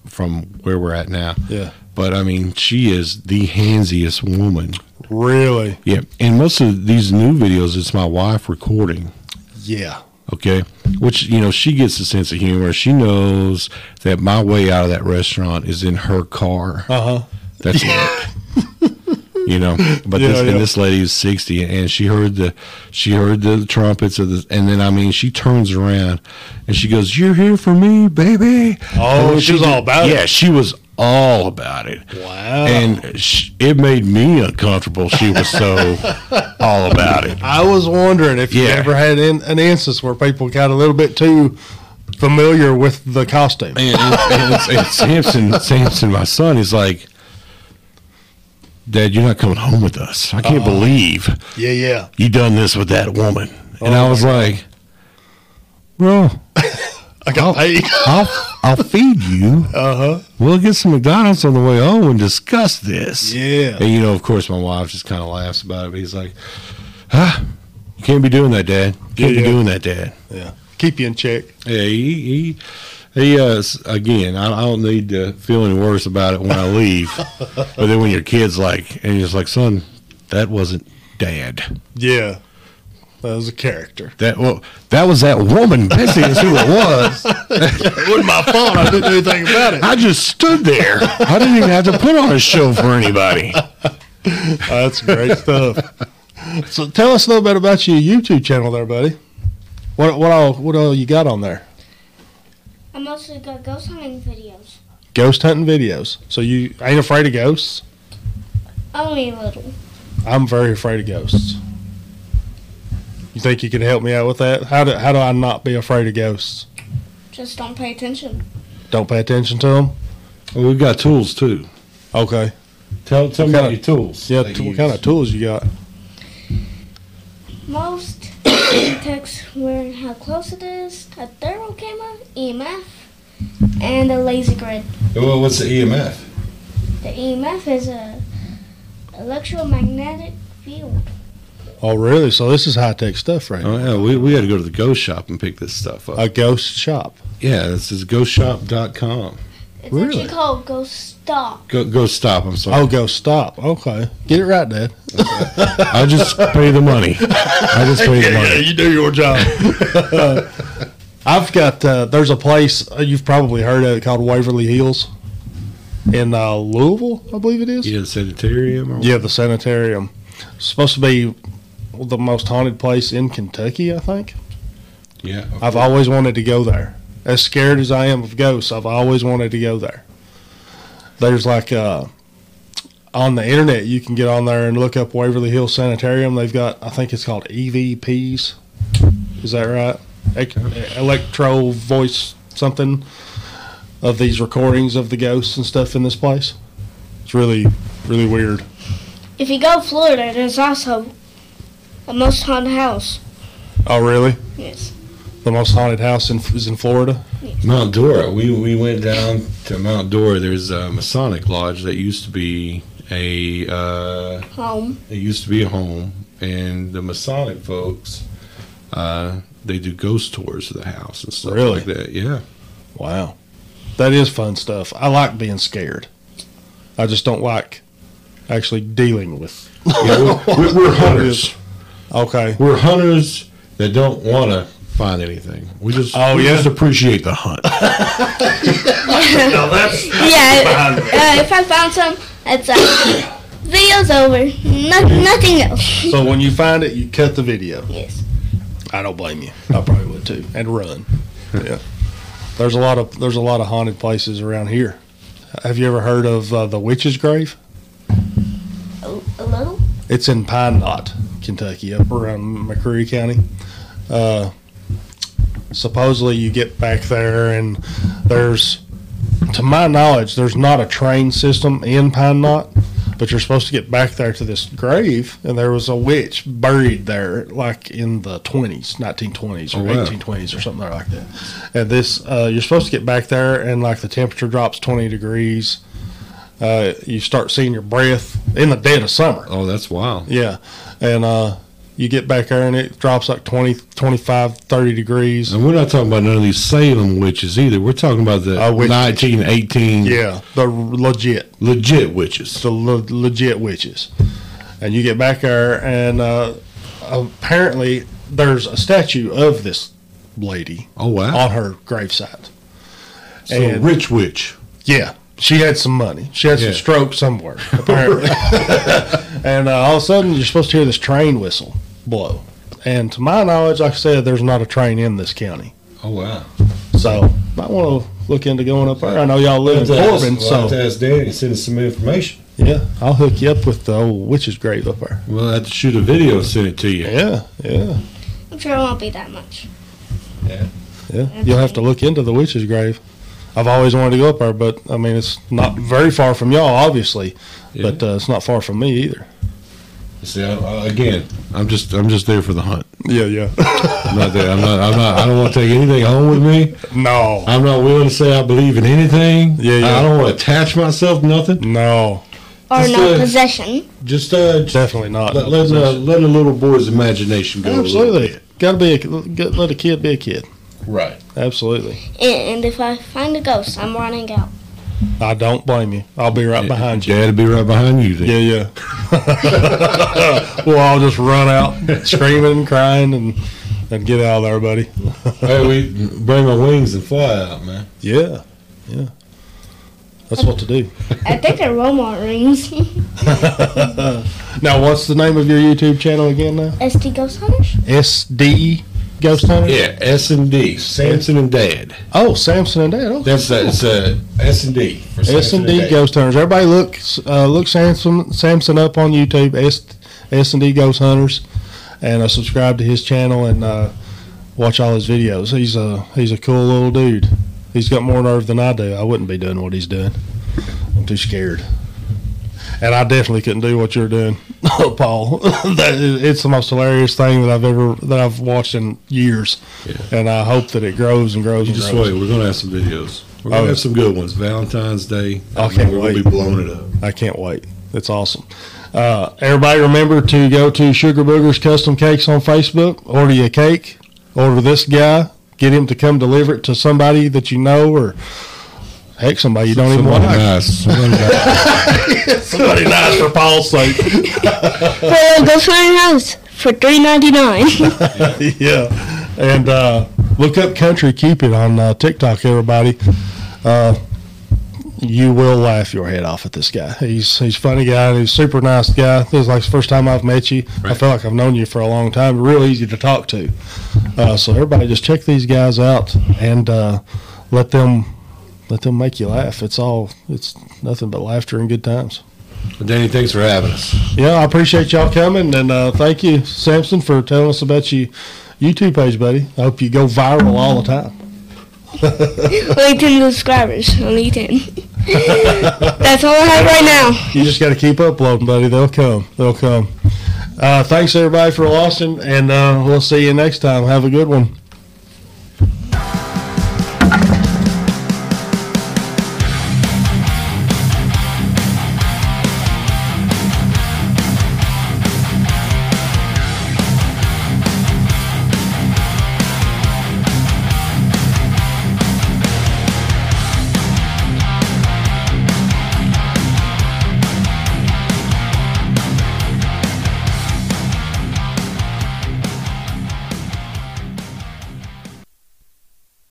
from where we're at now. Yeah, But I mean, she is the handsiest woman. really. Yeah, and most of these new videos, it's my wife recording. Yeah, Okay. Which, you know, she gets a sense of humor. She knows that my way out of that restaurant is in her car. Uh-huh. That's it. You know, but Yeah, this yeah. and this lady is sixty, and she heard the she heard the trumpets of the, and then I mean, she turns around and she goes, "You're here for me, baby." Oh, And she was did- all about it. Yeah, she was all about it. Wow. And sh it made me uncomfortable. She was so all about it. I was wondering if you Yeah. ever had in, an instance where people got a little bit too familiar with the costume. and, and, and, and Samson, Samson, my son, is like, Dad, you're not coming home with us. I Uh-uh. can't believe Yeah, yeah. you done this with that woman. and I was like, Bro, I got paid. I'll I'll feed you. Uh huh. We'll get some McDonald's on the way home and discuss this. Yeah. And you know, of course, my wife just kind of laughs about it. But he's like, Huh? You can't be doing that, Dad. You can't Yeah, be yeah. doing that, Dad. Yeah. Keep you in check. Yeah, he he, he uh, s- again. I, I don't need to feel any worse about it when I leave, but then when your kid's like, and you're just like, son, that wasn't dad. Yeah. That was a character. That well, that was that woman. Bessie is who it was. It wasn't my fault. I didn't do anything about it. I just stood there. I didn't even have to put on a show for anybody. That's great stuff. So tell us a little bit about your YouTube channel there, buddy. What what all what all you got on there? I mostly got ghost hunting videos. Ghost hunting videos. So you ain't afraid of ghosts? Only a little. I'm very afraid of ghosts. You think you can help me out with that? How do how do I not be afraid of ghosts? Just don't pay attention. Don't pay attention to them. Well, we've got tools too. Okay. Tell tell What me about kinda- your tools. Yeah. that T- you what kind use. of tools you got? Most detects where and how close it is, a thermal camera, EMF, and a laser grid. Well, what's the E EMF? The EMF is a electromagnetic field. Oh, really? So this is high tech stuff, right? Oh yeah, we we had to go to the ghost shop and pick this stuff up. A ghost shop. yeah, this is ghostshop.com. It's Really? actually called Ghost Stop. Go, go stop. I'm sorry. Oh, ghost stop. Okay, get it right, Dad. I just pay the money. I just pay the money. you do your job. I've got. Uh, there's a place uh, you've probably heard of it called Waverly Hills in uh, Louisville, I believe it is. Yeah, the sanitarium. Or Yeah, the sanitarium. It's supposed to be the most haunted place in Kentucky, I think. yeah. I've always wanted to go there. as scared as I am of ghosts, I've always wanted to go there. There's like uh, on the internet, you can get on there and look up Waverly Hill Sanitarium. They've got, I think it's called EVPs. Is that right? Ec- electro voice something of these recordings of the ghosts and stuff in this place. It's really, really weird. If you go to Florida, there's also a most haunted house. Oh, really? Yes. The most haunted house in, is in Florida? Mount Dora. We we went down to Mount Dora. There's a Masonic lodge that used to be a uh, Home. it used to be a home, and the Masonic folks uh, they do ghost tours of the house and stuff Really? like that. Yeah, Wow. That is fun stuff. I like being scared. I just don't like actually dealing with. Yeah, we're, we're- we're hunters. Okay. We're hunters that don't want to find anything. We just Oh, we yeah? just appreciate the hunt. Now that's Yeah. Uh, if I found some, it's uh, video's over. No, nothing else. so when you find it, you cut the video. Yes. I don't blame you. I probably would too. And run. Yeah. There's a lot of there's a lot of haunted places around here. Have you ever heard of uh, the Witch's Grave? A, a little. It's in Pine Knot, Kentucky, up around McCreary County. Uh, supposedly, you get back there, and there's, to my knowledge, there's not a train system in Pine Knot, but you're supposed to get back there to this grave, and there was a witch buried there, like in the 20s, 1920s or Oh, wow. 1820s or something like that. And this, uh, you're supposed to get back there, and like the temperature drops 20 degrees. Uh, you start seeing your breath in the dead of summer. Oh, that's wild. Yeah. And uh, you get back there and it drops like 20, 25, 30 degrees. And we're not talking about none of these Salem witches either. We're talking about the Uh, witch- 1918 Yeah. The legit, legit witches. the le- legit witches. And you get back there and uh, apparently there's a statue of this lady Oh wow! on her gravesite. So and- rich witch. Yeah. She had some money. She had some Yeah. stroke somewhere, apparently. and uh, all of a sudden, you're supposed to hear this train whistle blow. And to my knowledge, like I said, there's not a train in this county. Oh wow! So might want to look into going up there. I know y'all live in Corbin, so ask Danny. Send us some information. yeah, I'll hook you up with the old witch's grave up there. We'll have to shoot a video and send it to you. Yeah, yeah, I'm sure it won't be that much. yeah. You'll have to look into the witch's grave. I've always wanted to go up there, but I mean, it's not very far from y'all, obviously, but uh, it's not far from me either. See, I, I- again, I'm just I'm just there for the hunt. Yeah, yeah. I'm not there. I'm not. I'm not. I don't want to take anything home with me. no, I'm not willing to say I believe in anything. Yeah, yeah. I don't want to attach myself to nothing. no, Or Just, no uh, possession. Just uh, just definitely not. let let, uh, let a little boy's imagination go. a little Absolutely, bit. got to be a, get- let a kid be a kid. Right. Absolutely, And, and if I find a ghost, I'm running out. I don't blame you. I'll be right behind you. Dad will be right behind you. Then. Yeah, yeah. we'll all just run out screaming and crying and, and get out of there, buddy. Hey, we bring our wings and fly out, man. Yeah, yeah. That's what to do. I think they're Walmart rings. Now, what's the name of your YouTube channel again now? SD Ghost Hunters? SD Ghost Hunter? Yeah, S and D, Samson and Dad. Oh, Samson and Dad. Okay. That's that. It's uh, S and D for S Samson and D Dad. Ghost Hunters. Everybody look uh, look Samson Samson up on YouTube. S S and D Ghost Hunters, and uh, subscribe to his channel and uh, watch all his videos. He's a he's a cool little dude. He's got more nerve than I do. I wouldn't be doing what he's doing. I'm too scared, and I definitely couldn't do what you're doing, oh, Paul. that, it's the most hilarious thing that I've ever that I've watched in years, Yeah. and I hope that it grows and grows. You and just grows. wait. We're gonna have some videos. We're gonna Oh. have some good ones. Valentine's Day. I can't we're wait. gonna be blowing it up. I can't wait. That's awesome. Uh, everybody remember to go to Sugar Boogers Custom Cakes on Facebook, order your cake, order this guy, get him to come deliver it to somebody that you know or heck, somebody you don't even Somebody want. nice. Somebody nice. Somebody nice for Paul's sake. For a Ghost Hunter house for three ninety nine. yeah. And uh, look up Country Cupid on uh, TikTok, everybody. Uh, you will laugh your head off at this guy. He's he's a funny guy. And he's a super nice guy. This is like the first time I've met you. I Right. feel like I've known you for a long time. Real easy to talk to. Uh, so everybody, just check these guys out and uh, let them let them make you laugh. It's all it's nothing but laughter and good times. Danny, thanks for having us. Yeah, I appreciate y'all coming, and uh, thank you, Samson, for telling us about your YouTube page, buddy. I hope you go viral all the time. Only 10 subscribers. Only 10. That's all I have right now. You just got to keep uploading, buddy. They'll come. They'll come. Uh, thanks everybody for listening, and uh, we'll see you next time. Have a good one.